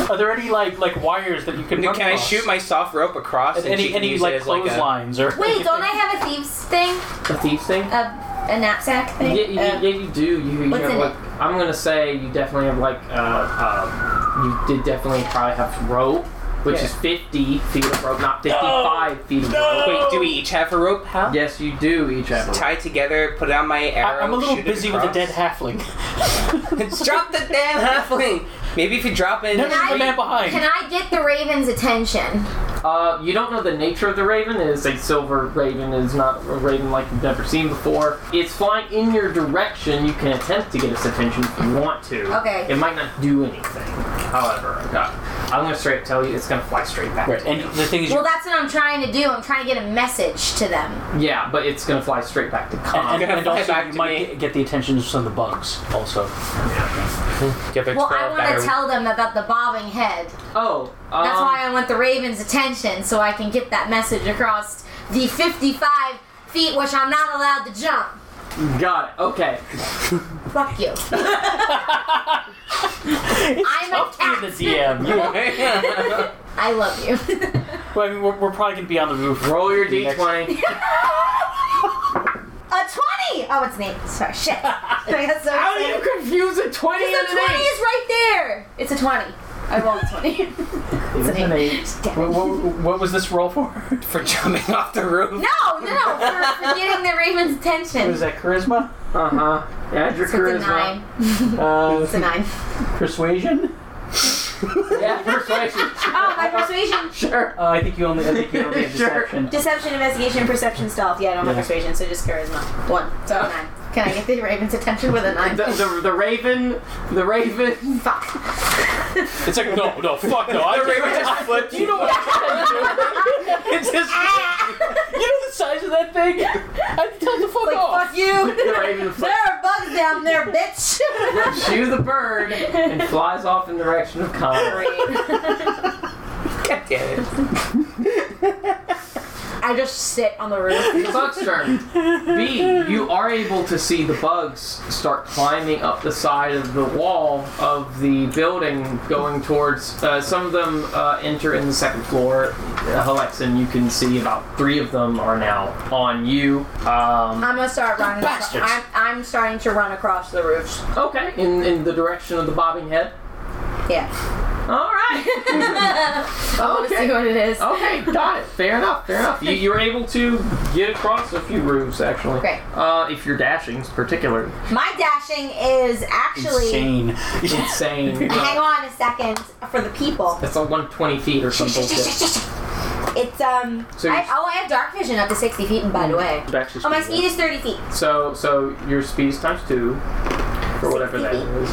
Are there any like like wires that you can? run Can I across? shoot my soft rope across? and she any can any use it like as, like, a- clotheslines or? Wait, don't I have a thieves thing? A thief thing. A, a knapsack Yeah, thing? you, yeah, you do. You, Uh, you what's have in like, it? I'm gonna say you definitely have like, uh, uh, you did definitely probably have rope, which is 50 feet of rope, not 55 feet of rope. Wait, do we each have a rope? How? Yes, you do each have a rope. Tie together, put it on my I, arrow. I'm a little shoot it busy with a across. dead halfling. drop the damn halfling. Maybe if you drop it, No, no, I- the man behind. Can I get the raven's attention? Uh, you don't know the nature of the raven. It is a silver raven. It is not a raven like you've never seen before. It's flying in your direction. You can attempt to get its attention if you want to. Okay. It might not do anything. However, uh, I'm gonna straight tell you, it's gonna fly straight back. Right, to you. and the thing is, you Well, that's what I'm trying to do. I'm trying to get a message to them. Yeah, but it's gonna fly straight back to Khan. and, and fly also back you to might me. get- get the attention of some of the bugs also. Get their Well, 12 I want better. to tell them about the bobbing head. Oh, um, That's why I want the Raven's attention so I can get that message across the 55 feet, which I'm not allowed to jump. got it. Okay. Fuck you. I'm a The cat. DM. You- I love you. well, I mean, we're, we're probably gonna be on the roof. Roll your The next- d20. a 20! Oh, it's an 8. Sorry, shit. I got so How do excited. you confuse a 20 Because a and an 20 8? is right there. It's a 20. I rolled a 20. it's an 8. Damn What, it. what, what was this roll for? for jumping off the roof. No, no, no. For, for getting the Raven's Was attention. that charisma? Uh Uh-huh. huh. Add your It's a charisma. 9. Uh, It's a 9. persuasion? Yeah, persuasion. Oh, my persuasion. sure. Uh, I think you only. I think you only have Sure. deception. Deception, investigation, perception, stealth. Yeah, I don't have Yeah. persuasion, so just charisma. One. So a 9. Can I get the Raven's attention with a 9? The, the, the raven, the raven. Fuck. It's like, no, no, fuck no. I Raven just flipped. You know what I said, dude? It's just. You know the size of that thing? I tell the fuck off. Fuck you. The raven There flips are bugs down there, bitch. you the bird and flies off in the direction of Connor. God damn it. I just sit on the roof. The bug's turn. B, you are able to see the bugs start climbing up the side of the wall of the building, going towards. Uh, some of them uh, enter in the second floor. Uh, Helexin, you can see about three of them are now on you. Um, I'm gonna start running. across- bastards. I'm, I'm starting to run across the roofs. okay, in, in the direction of the bobbing head. Yeah. All right. Let's see what it is. Okay, got it. Fair enough. Fair enough. You, you're able to get across a few roofs, actually. Great. Uh, if you're dashing, particularly My dashing is actually. Insane. insane. Hang on a second for the people. That's a 120 feet or something. It's um. So I, you- oh, I have dark vision up to sixty feet. By the way. Back to Oh, my speed. speed is thirty feet. So, so your speed is times two, or whatever that is,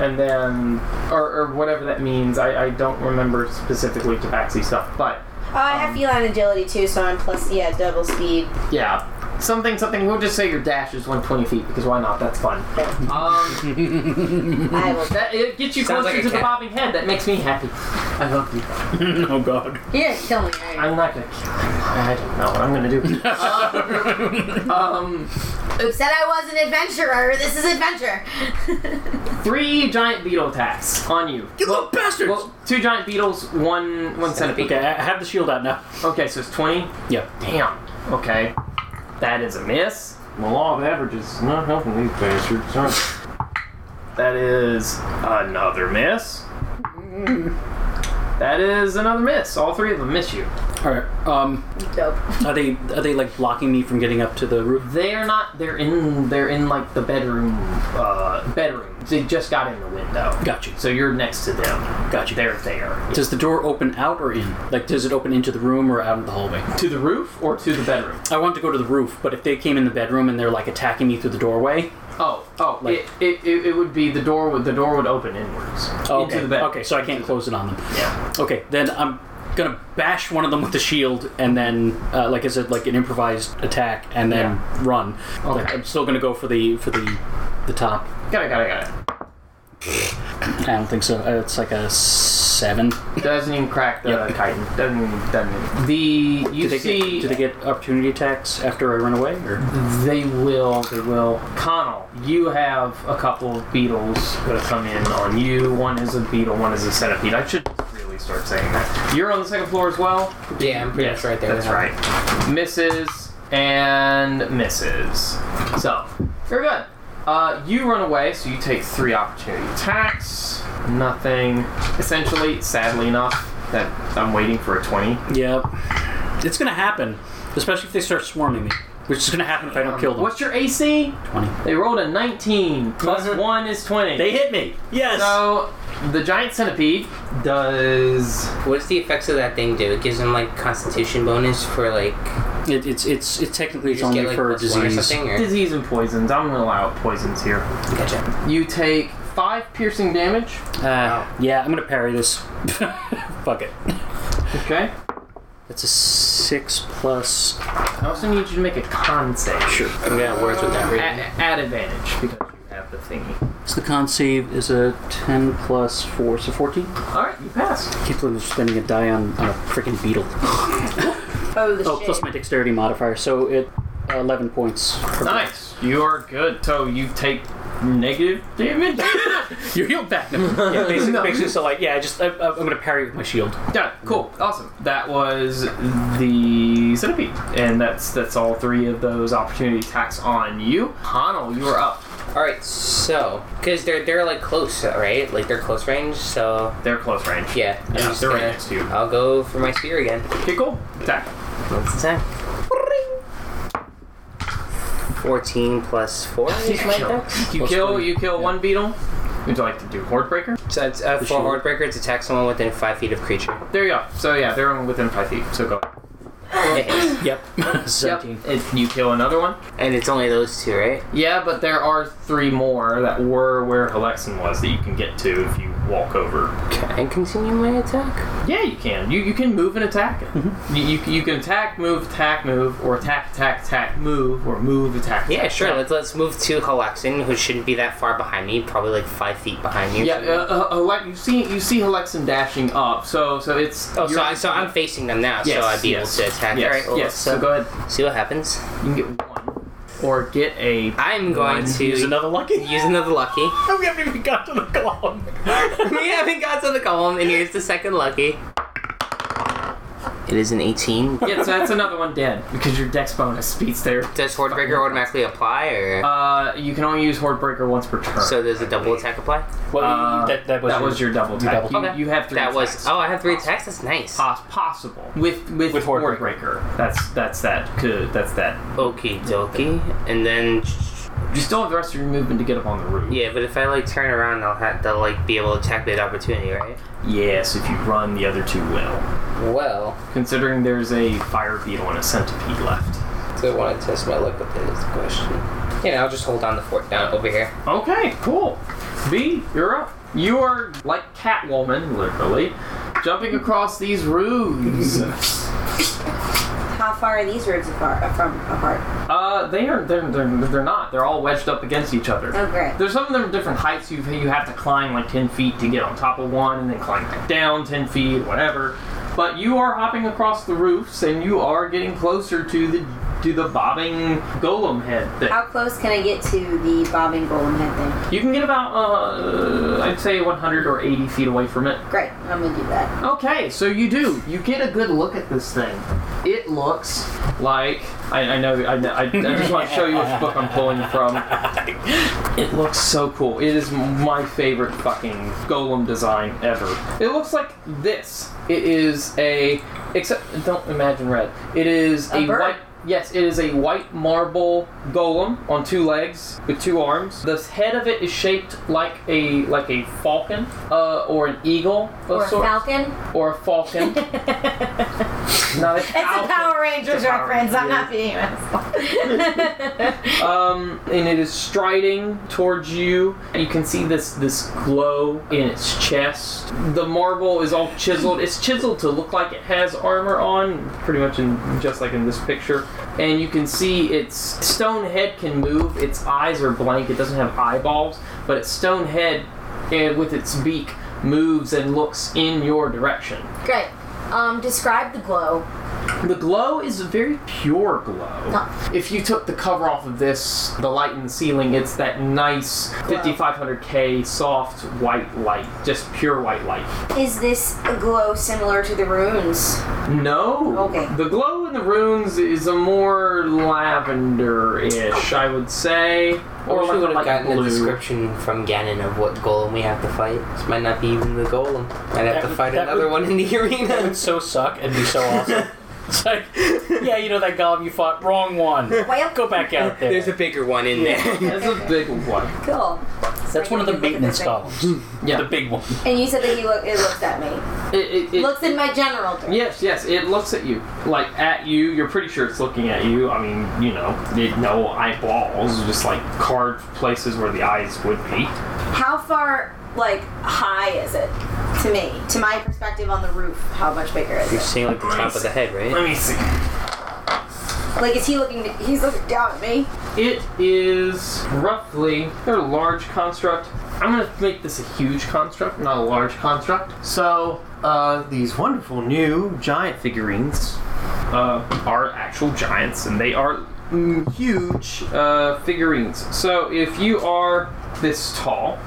and then, or, or whatever that means. I, I don't remember specifically Tabaxi stuff, but Oh, I Um. have feline agility too, so I'm plus, yeah, double speed. yeah, something, something. We'll just say your dash is 120 feet because why not? That's fun. Um, I will. that it gets you Sounds closer like a to the cat. bobbing head. That makes me happy. I love you. Oh god. You're gonna kill me. Right? I'm not gonna. kill you. I don't know what I'm gonna do. Who said I was an adventurer? This is adventure. Three giant beetle attacks on you. You little bastards! Well, two giant beetles, one one centipede. Okay, I I have the shield out now. Okay, so it's 20. Yeah. Damn. Okay. That is a miss. The law of averages is not helping these bastards. That is another miss. That is another miss. All three of them miss you. All right. Um, Dope. are they are they like blocking me from getting up to the roof? They are not. They're in. They're in like the bedroom. Uh, bedroom. They just got in the window. Got you. So you're next to them. Got you. They're there. Does the door open out or in? Like, does it open into the room or out of the hallway? To the roof or to the bedroom? I want to go to the roof, but if they came in the bedroom and they're like attacking me through the doorway, Oh, oh. Like- it, it, it, it would be the door. Would the door would open inwards okay, into the bedroom? okay, so I can't close it on them. Yeah. Okay, then I'm gonna bash one of them with the shield, and then, uh, like I said, like an improvised attack, and then run. Like, Okay. I'm still gonna go for the for the the top. Got it. Got it. Got it. I don't think so. Uh, It's like a seven. Doesn't even crack the Yep. chitin. Doesn't even, doesn't even. The you Do they, see get, do they get opportunity attacks after I run away? Or? they will they will. Connell, you have a couple of beetles that have come in on you. One is a beetle, one is a centipede. I should really start saying that. You're on the second floor as well. Yeah, I'm pretty much right there. That's right. Misses and misses. So you're good. Uh, you run away, so you take three opportunity attacks. Nothing. Essentially, sadly enough, that I'm waiting for a twenty. Yep. It's going to happen, especially if they start swarming me, which is going to happen if I don't kill them. What's your AC? 20. They rolled a 19. plus Mhm. 1 is 20. They hit me! Yes! so, the giant centipede does. What's the effects of that thing do? It gives them like constitution bonus for like It, it's, it's, it's technically you it's just only get like for plus one or disease. something. Or? Disease and poisons. I'm gonna allow poisons here. Gotcha. You take 5 piercing damage. Uh, yeah, I'm going to parry this. Fuck it. Okay. That's a 6 plus. oh I also need you to make a con save. Sure. I'm gonna have words with that. At, Raven. at advantage, because you have the thingy. So the con save is a 10 plus 4, so 14. Alright, you pass. I can't believe I'm spending a die on, on a freaking beetle. Oh, the oh, plus my dexterity modifier, so it uh, 11 points. Nice. You are good. So you take negative damage. You're healed back. No. Yeah, basically, basically, so like, yeah, I just I, I'm gonna parry with my shield. Yeah, cool, awesome. That was the centipede, and that's that's all three of those opportunity attacks on you. Hanel, you are up. All right, so because they're they're like close, right? Like they're close range, so they're close range. Yeah, I'm Yeah, just they're right gonna- next to you. I'll go for my spear again. Okay, cool. Attack. Let's attack. Fourteen plus four. is my dex? You Plus kill four. you kill one beetle. Would you like to do horde breaker? So it's uh, for Hordebreaker, it's attack someone within five feet of creature. There you go. So yeah, they're only within five feet. So go. yep. Yep. It, you kill another one. And it's only those two, right? Yeah, but there are three more that were where Halexin was that you can get to if you walk over. Can I continue my attack? Yeah, you can. You, you can move and attack it. Mm-hmm. You, you, can- you can attack, move, attack, move, or attack, attack, attack, move, or move, attack. Yeah, attack. sure. Let's let's move to Halaxin, who shouldn't be that far behind me. Probably like five feet behind me. Yeah, uh, uh, Hale- you see you see Halexin dashing up. So so it's Oh, so, you're- I, so I'm facing them now, Yes, so I'd be yes. able to attack. Yes, All right, well, yes. so So go ahead. see what happens. You can get one or get a. I'm going One. to Use another lucky. use another lucky. we haven't even got to the column. we haven't got to the column, and here's the second lucky. It is an 18. Yeah, so that's another one dead because your dex bonus beats there. Does Hordebreaker automatically apply, or Uh, you can only use Hordebreaker once per turn. so does a double attack apply? Well, Uh, that, that was, that was your double your attack. double You, attack. you have three That was attacks. oh, I have three attacks. That's nice. Poss- possible with with, With Horde Horde Breaker. That's that's that could that's that. Okie dokie. And then You still have the rest of your movement to get up on the roof. yeah, but if I like turn around, I'll have to like be able to attack that opportunity, right? Yes, if you run, the other two will. Well, Considering there's a fire beetle and a centipede left. so I want to test my luck with this question. Yeah, I'll just hold on the fort down over here. Okay, cool. B, you're up. You are like Catwoman, literally, jumping across these roofs. How far are these ribs apart? uh, From apart? uh, they are they're, they're, they're not. They're all wedged up against each other. Oh, great. There's some of them different heights you you have to climb like ten feet to get on top of one, and then climb back down ten feet, whatever. But you are hopping across the roofs, and you are getting closer to the to the bobbing golem head thing. How close can I get to the bobbing golem head thing? You can get about uh, I'd say 100 or 80 feet away from it. Great, I'm gonna do that. Okay, so you do. You get a good look at this thing. It looks like I, I know. I, know- I, I just want to show you which book I'm pulling from. It looks so cool. It is my favorite fucking golem design ever. It looks like this. It is a except don't imagine red. It is a, A bird. white. Yes, it is a white marble golem on two legs with two arms. The head of it is shaped like a like a falcon uh, or an eagle of Or a sorts falcon. or a falcon. Not a falcon. Rangers Power reference, I'm not being Um, and it is striding towards you. You can see this this glow in its chest. The marble is all chiseled. It's chiseled to look like it has armor on, pretty much in just like in this picture. And you can see its stone head can move. Its eyes are blank. It doesn't have eyeballs, but its stone head, eh, with its beak, moves and looks in your direction. Great. Um, describe the glow. The glow is a very pure glow. No. If you took the cover off of this, the light in the ceiling, it's that nice 5500K soft white light, just pure white light. Is this a glow similar to the runes? No. Okay. The glow in the runes is a more lavender-ish, I would say, Or like we a would have light gotten a blue. description from Ganon of what golem we have to fight. This might not be even the golem. I'd have That to would- fight that another would- one in the That arena. would so suck and be so awesome. It's like, yeah, you know that golem you fought, wrong one. Well, Go back out there. There's a bigger one in there. That's a big one. cool. That's one of the maintenance columns. Yeah. The big one. And you said that he look, it looked at me. It, it, it- Looks in my general direction. Yes, yes, it looks at you. Like, at you, you're pretty sure it's looking at you. I mean, you know, it, no eyeballs, just like carved places where the eyes would be. How far, like, high is it to me? To my perspective on the roof, how much bigger is You're it? seeing like the top of the head, right? me see. Like, is he looking? He's looking down at me. It is roughly they're a large construct. I'm gonna make this a huge construct, not a large construct. So uh, these wonderful new giant figurines uh, are actual giants, and they are mm, huge uh, figurines. So if you are this tall,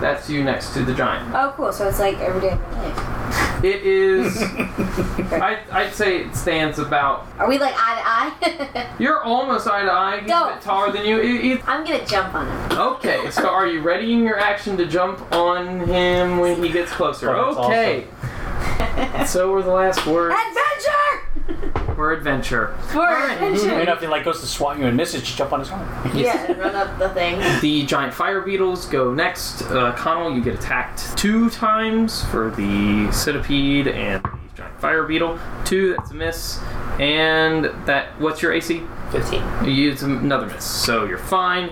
that's you next to the giant. Oh, cool. So it's like every day of my life. It is. I, I'd say it stands about. Are we like eye to eye? You're almost eye to eye. He's a Go. bit taller than you. It- it- I'm gonna jump on him. okay, so are you readying your action to jump on him when he gets closer? Oh, that's okay. so we're the last word. Adventure! We're adventure. For Maybe adventure. if he like goes to swat you and misses, just jump on his arm. Yeah, and run up the thing. The giant fire beetles go next. Uh, Connell, you get attacked two times for the centipede and the giant fire beetle. Two, that's a miss. And that, what's your AC? 15. You use another miss, so you're fine.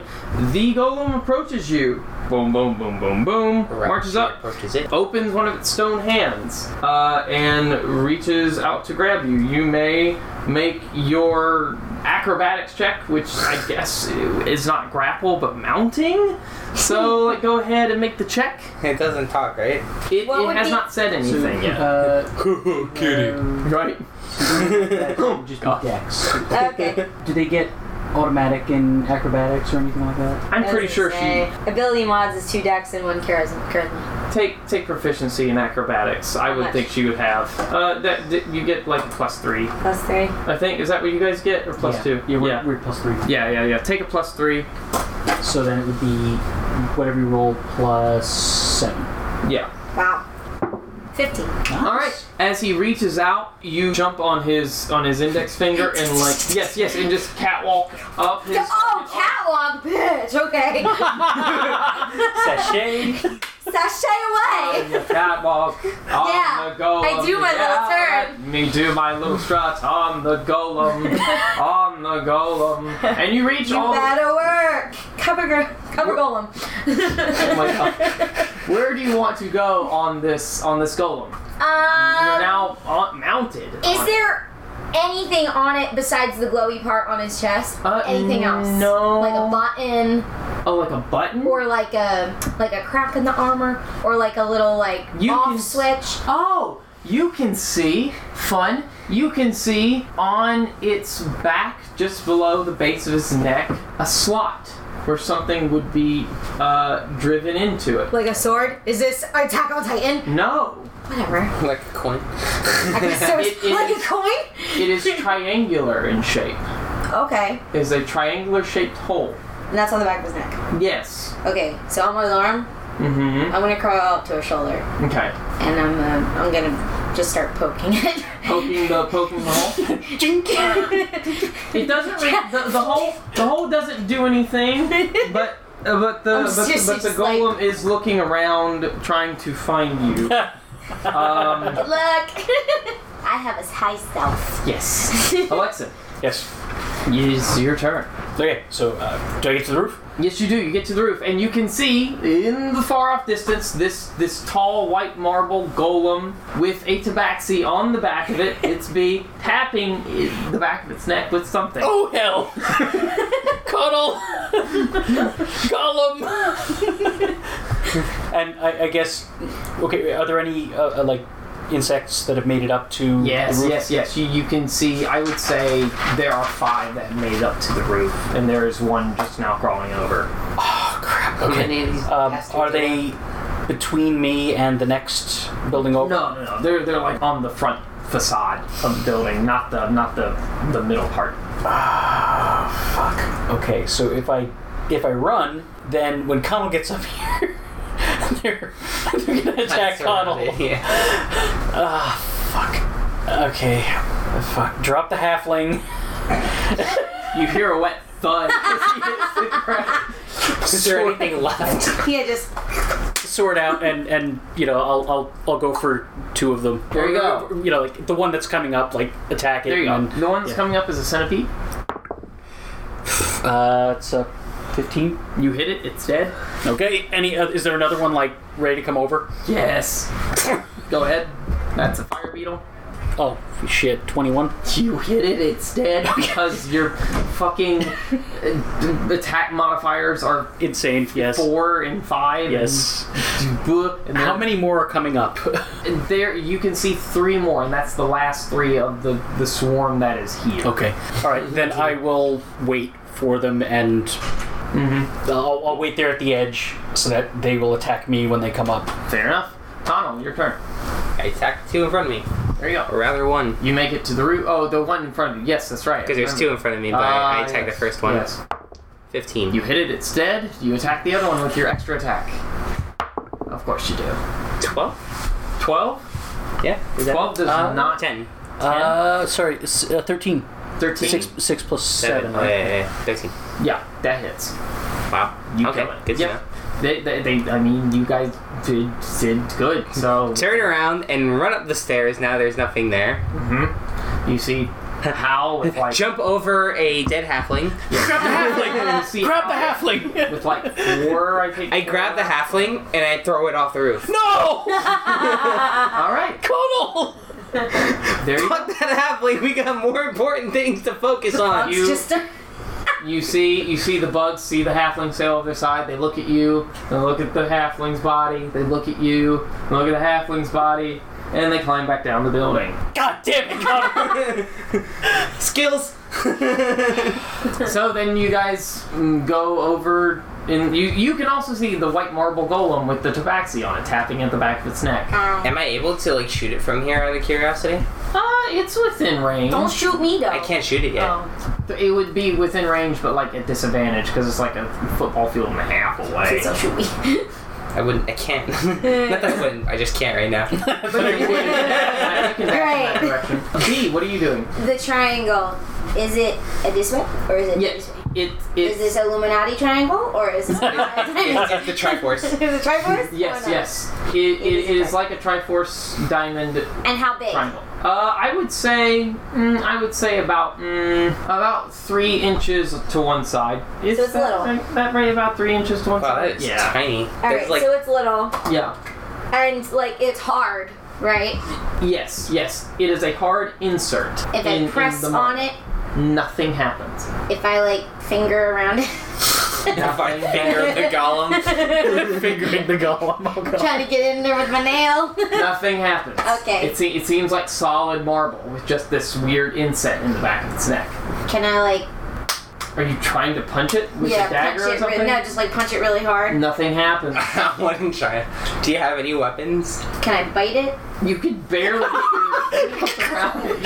The golem approaches you. Boom, boom, boom, boom, boom. Marches up, Approaches it. opens one of its stone hands, uh, and reaches out to grab you. You may make your acrobatics check, which I guess is not grapple but mounting. So like, go ahead and make the check. It doesn't talk, right? It, What it would has be- not said anything yet. Uh, Kitty. right. just be dex. Okay. Do they get automatic in acrobatics or anything like that? I'm pretty As I sure say, she Ability mods is two decks and one charisma. charisma. take take proficiency in acrobatics. I would much? think she would have. Uh, that, that you get like a plus three. Plus three. I think is that what you guys get or plus yeah. two? Yeah, we're, yeah. we're plus three. Yeah, yeah, yeah. Take a plus three. So then it would be whatever you roll plus seven. Yeah. Wow. Fifteen. All right. As he reaches out, Oh, you jump on his on his index finger and like yes, yes, and just catwalk up his. Oh, catwalk, bitch. Okay. Sachet. Sashay away. On the catwalk. On Yeah, the golem. I do my little Yeah, turn. let Me do my little strut on the golem. on the golem. And you reach You all. better work. Cover, gir- cover golem. Um, Oh my God. "Oh, Where do you want to go on this on this golem? You're Um, now on, mounted. is there anything on it besides the glowy part on his chest? Uh, anything else? no. Like a button, oh like a button? or like a like a crack in the armor, or like a little like You off can- switch. Oh, you can see, fun, you can see on its back, just below the base of its neck, a slot where something would be uh, driven into it. Like a sword? Is this Attack on Titan? No, Whatever. Like a coin. I guess there was- It is- like a coin? it is triangular in shape. Okay. It is a triangular shaped hole. And that's on the back of his neck. Yes. Okay. So on my arm, Mm I'm gonna crawl up to her shoulder, hmm. Okay. and I'm um, I'm gonna just start poking it. Poking the poking the hole. It doesn't. Re- the, the hole. The hole doesn't do anything. But uh, but the I'm but, just- but the just like- golem is looking around trying to find you. um, Look, I have a high self. Yes. Alexa, Yes. it's your turn. Okay, so uh, do I get to the roof? Yes, you do. You get to the roof, and you can see in the far off distance this this tall white marble golem with a tabaxi on the back of it. It's be tapping i- the back of its neck with something. Oh hell! Cuddle, Gollum. and I, I guess, okay. Are there any uh, uh, like insects that have made it up to? the Yes, roof? yes, yes. You, you can see. I would say there are five that made up to the roof, and there is one just now crawling over. Oh, Okay. Um, are they between me and the next building over? No, no, no. They're they're like on the front facade of the building, not the not the the middle part. Okay, so if I if I run, then when Connell gets up here, they're, they're gonna attack Connell. Yeah. Ah, fuck. Okay, fuck. Drop the halfling. You hear a wet thud. Is there anything left? yeah, just Sword out, and and you know I'll I'll, I'll go for two of them. There you Or- go. or, You know, like the one that's coming up, like attack it. there you go. and The one that's yeah. coming up is a centipede. go. Uh, it's a fifteen. You hit it. It's dead. Okay. Any? Uh, is there another one like ready to come over? Yes. Go ahead. That's a fire beetle. Oh, shit. 21. You hit it, it's dead because your fucking uh, d- attack modifiers are insane. Yes. Four and five. Yes. And, and How many more are coming up? And there, you can see three more, and that's the last three of the, the swarm that is here. Okay. All right, then I will wait for them and. Mm-hmm. I'll, I'll wait there at the edge so that they will attack me when they come up. Oh, Fair enough. Tunnel, your turn. I attacked two in front of me. There you go. Or rather, one. You make it to the root. Oh, the one in front of you. Yes, that's right. Because there's two in front of me, but I Ah, attacked yes, the first one. yes. 15. You hit it, it's dead. You attack the other one with your extra attack. Of course you do. 12? 12? Yeah. Is that- 12 does Uh, not. 10. Uh, sorry, it's, uh, 13. 13. Six, six plus Seven. seven. Oh, right? yeah, yeah, yeah. 13. Yeah, that hits. Wow. You okay. kill it. Good to Yep. know. They, they, they, I mean, you guys did, did good. So Turn around and run up the stairs. Now there's nothing there. you see how with like Jump over a dead halfling. grab the halfling. see Grab the halfling! with like four. I think I grab the halfling and I throw it off the roof. no! All right, Conal! there you Fuck that halfling. We got more important things to focus on. You- Just a- You see, you see the bugs see the halfling sail over their side. They look at you. They look at the halfling's body. They look at you. They look at the halfling's body, and they climb back down the building. God damn it, Conal! Skills. so then you guys mm, go over, and you you can also see the white marble golem with the tabaxi on it tapping at the back of its neck. Am I able to like shoot it from here out of curiosity? Uh, it's within range. don't shoot me though. I can't shoot it yet. Oh, It would be within range, but like at disadvantage because it's like a football field and a half away. please don't shoot me. I wouldn't. I can't. Not that I wouldn't. I just can't right now. Right. B, what are you doing? The triangle. Is it a this way or is it Yeah, this way? it Is this it's Illuminati triangle or is this it's the Triforce. Is it Triforce? yes Or not? yes it, it, is it a is like a Triforce diamond And how big? triangle. Uh, I would say mm, I would say about mm, about three inches to one side. Is it's that, little. Right, that right about three inches to one Wow, side? that is yeah tiny. All There's right, like so it's little yeah and like it's hard, right? yes yes it is a hard insert. If in- I in press the on model. it, nothing happens. if I like finger around it, if I finger the golem. Fingering the golem. Oh, God. trying to get in there with my nail. Nothing happens. Okay. It, se- it seems like solid marble with just this weird inset in the back of its neck. Can I like Are you trying to punch it with yeah a dagger punch or it? re- something? no, just like punch it really hard. Nothing happens. I wouldn't try. it. Do you have any weapons? Can I bite it? You can barely. you can try. You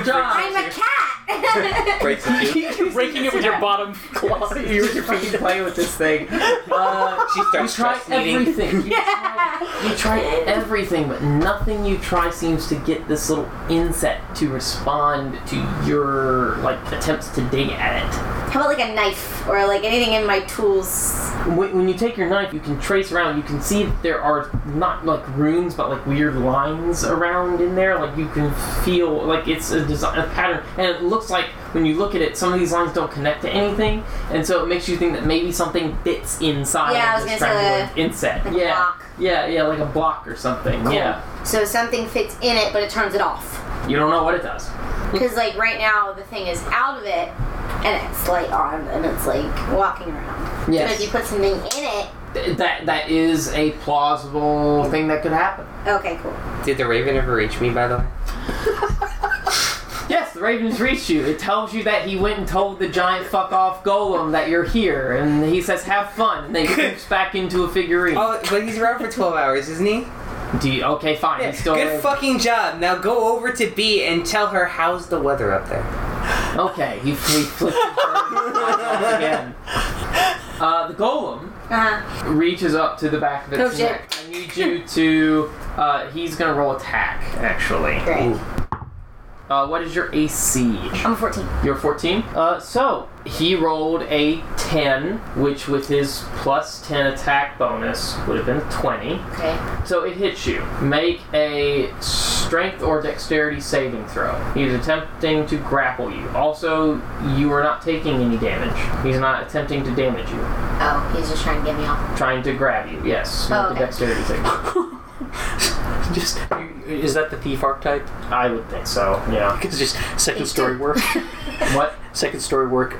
can I'm try. a cat. Breaks the tube. Breaking it with your bottom claw. You were fucking playing with this thing. Uh, She you starts try stress eating. everything. You try, you try everything, but nothing you try seems to get this little insect to respond to your like attempts to dig at it. How about like a knife or like anything in my tools? When, when you take your knife, you can trace around. You can see that there are not like runes, but like weird lines around in there. Like you can feel like it's a design, a pattern, and it looks like when you look at it, some of these lines don't connect to anything, and so it makes you think that maybe something fits inside. Yeah, I of was this gonna say, triangular insect. like a yeah, block. yeah, yeah, like a block or something. Yeah, So something fits in it, but it turns it off. you don't know what it does. Because like right now the thing is out of it, and it's like on, and it's like walking around. Yes. But if you put something in it, Th- that that is a plausible thing that could happen. okay, cool. Did the raven ever reach me, by the way? Yes, the ravens reach you. It tells you that he went and told the giant fuck off golem that you're here, and he says have fun, and then he creeps back into a figurine. Oh, but he's around for 12 hours, isn't he? Do you, okay, fine. He's still Good awake. fucking job. Now go over to B and tell her how's the weather up there. Okay, he, he flips his bird off again. Uh, the golem Uh-huh. reaches up to the back of Oh, its shit. neck. I need you to. Uh, he's gonna roll attack, actually. Great. Uh, what is your AC? I'm 14. You're 14. Uh, so he rolled a 10, which with his plus 10 attack bonus would have been 20. Okay. So it hits you. Make a strength or dexterity saving throw. He's attempting to grapple you. Also, you are not taking any damage. He's not attempting to damage you. Oh, he's just trying to get me off. Trying to grab you. Yes. Make Oh, a okay. dexterity saving. just is that the thief archetype? I would think so. Yeah, because just second story work. what second story work?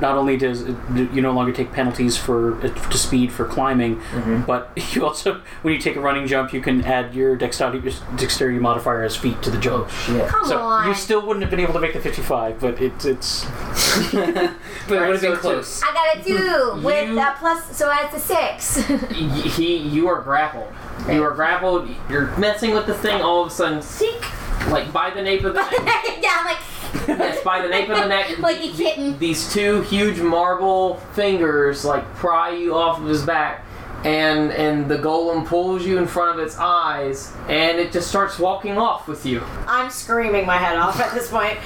Not only does you no longer take penalties for uh, to speed for climbing, but you also when you take a running jump, you can add your dexterity dexterity modifier as feet to the jump. yeah. Come so on. you still wouldn't have been able to make the fifty-five, but it, it's But it would have been so it's- close. I got a two with You- a plus, so that's a six. Y- he you are grappled. You are grappled. You're messing with the thing. All of a sudden, seek like by the nape of the neck. yeah, I'm like, yes, by the nape of the neck. Like a kitten. These two huge marble fingers like pry you off of his back. And and the golem pulls you in front of its eyes, and it just starts walking off with you. I'm screaming my head off at this point.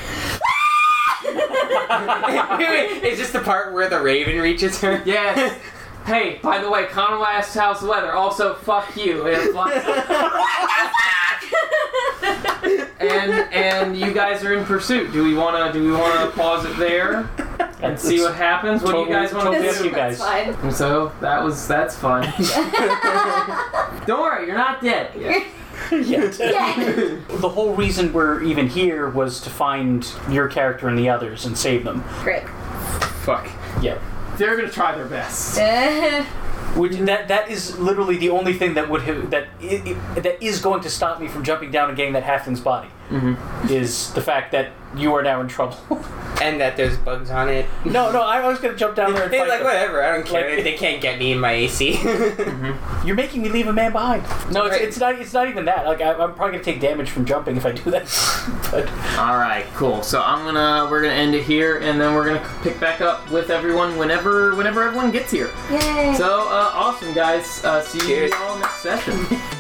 wait, wait, is this the part where the raven reaches her? Yes. hey, by the way, Conway asked how's the weather. Also, fuck you. And it flies and and you guys are in pursuit. Do we wanna do we wanna pause it there and see what happens? What do you guys wanna Totally- do? Yes, you guys. That's fine. And so that was that's fun. Don't worry, you're not dead. yet. yeah. The whole reason we're even here was to find your character and the others and save them. Great. Fuck. Yeah. They're gonna try their best. Which that that is literally the only thing that would have that i i that is going to stop me from jumping down and getting that halfling's body is the fact that you are now in trouble. And that there's bugs on it. no, no, I was going to jump down there and They're fight like, them. whatever, I don't care. Like- they can't get me in my AC. You're making me leave a man behind. No, it's, Right. it's not. It's not even that. Like I, I'm probably going to take damage from jumping if I do that. but All right, cool. So I'm gonna we're gonna end it here, and then we're gonna pick back up with everyone whenever whenever everyone gets here. Yay. So uh, awesome, guys. Uh, see Cheers. you all next session.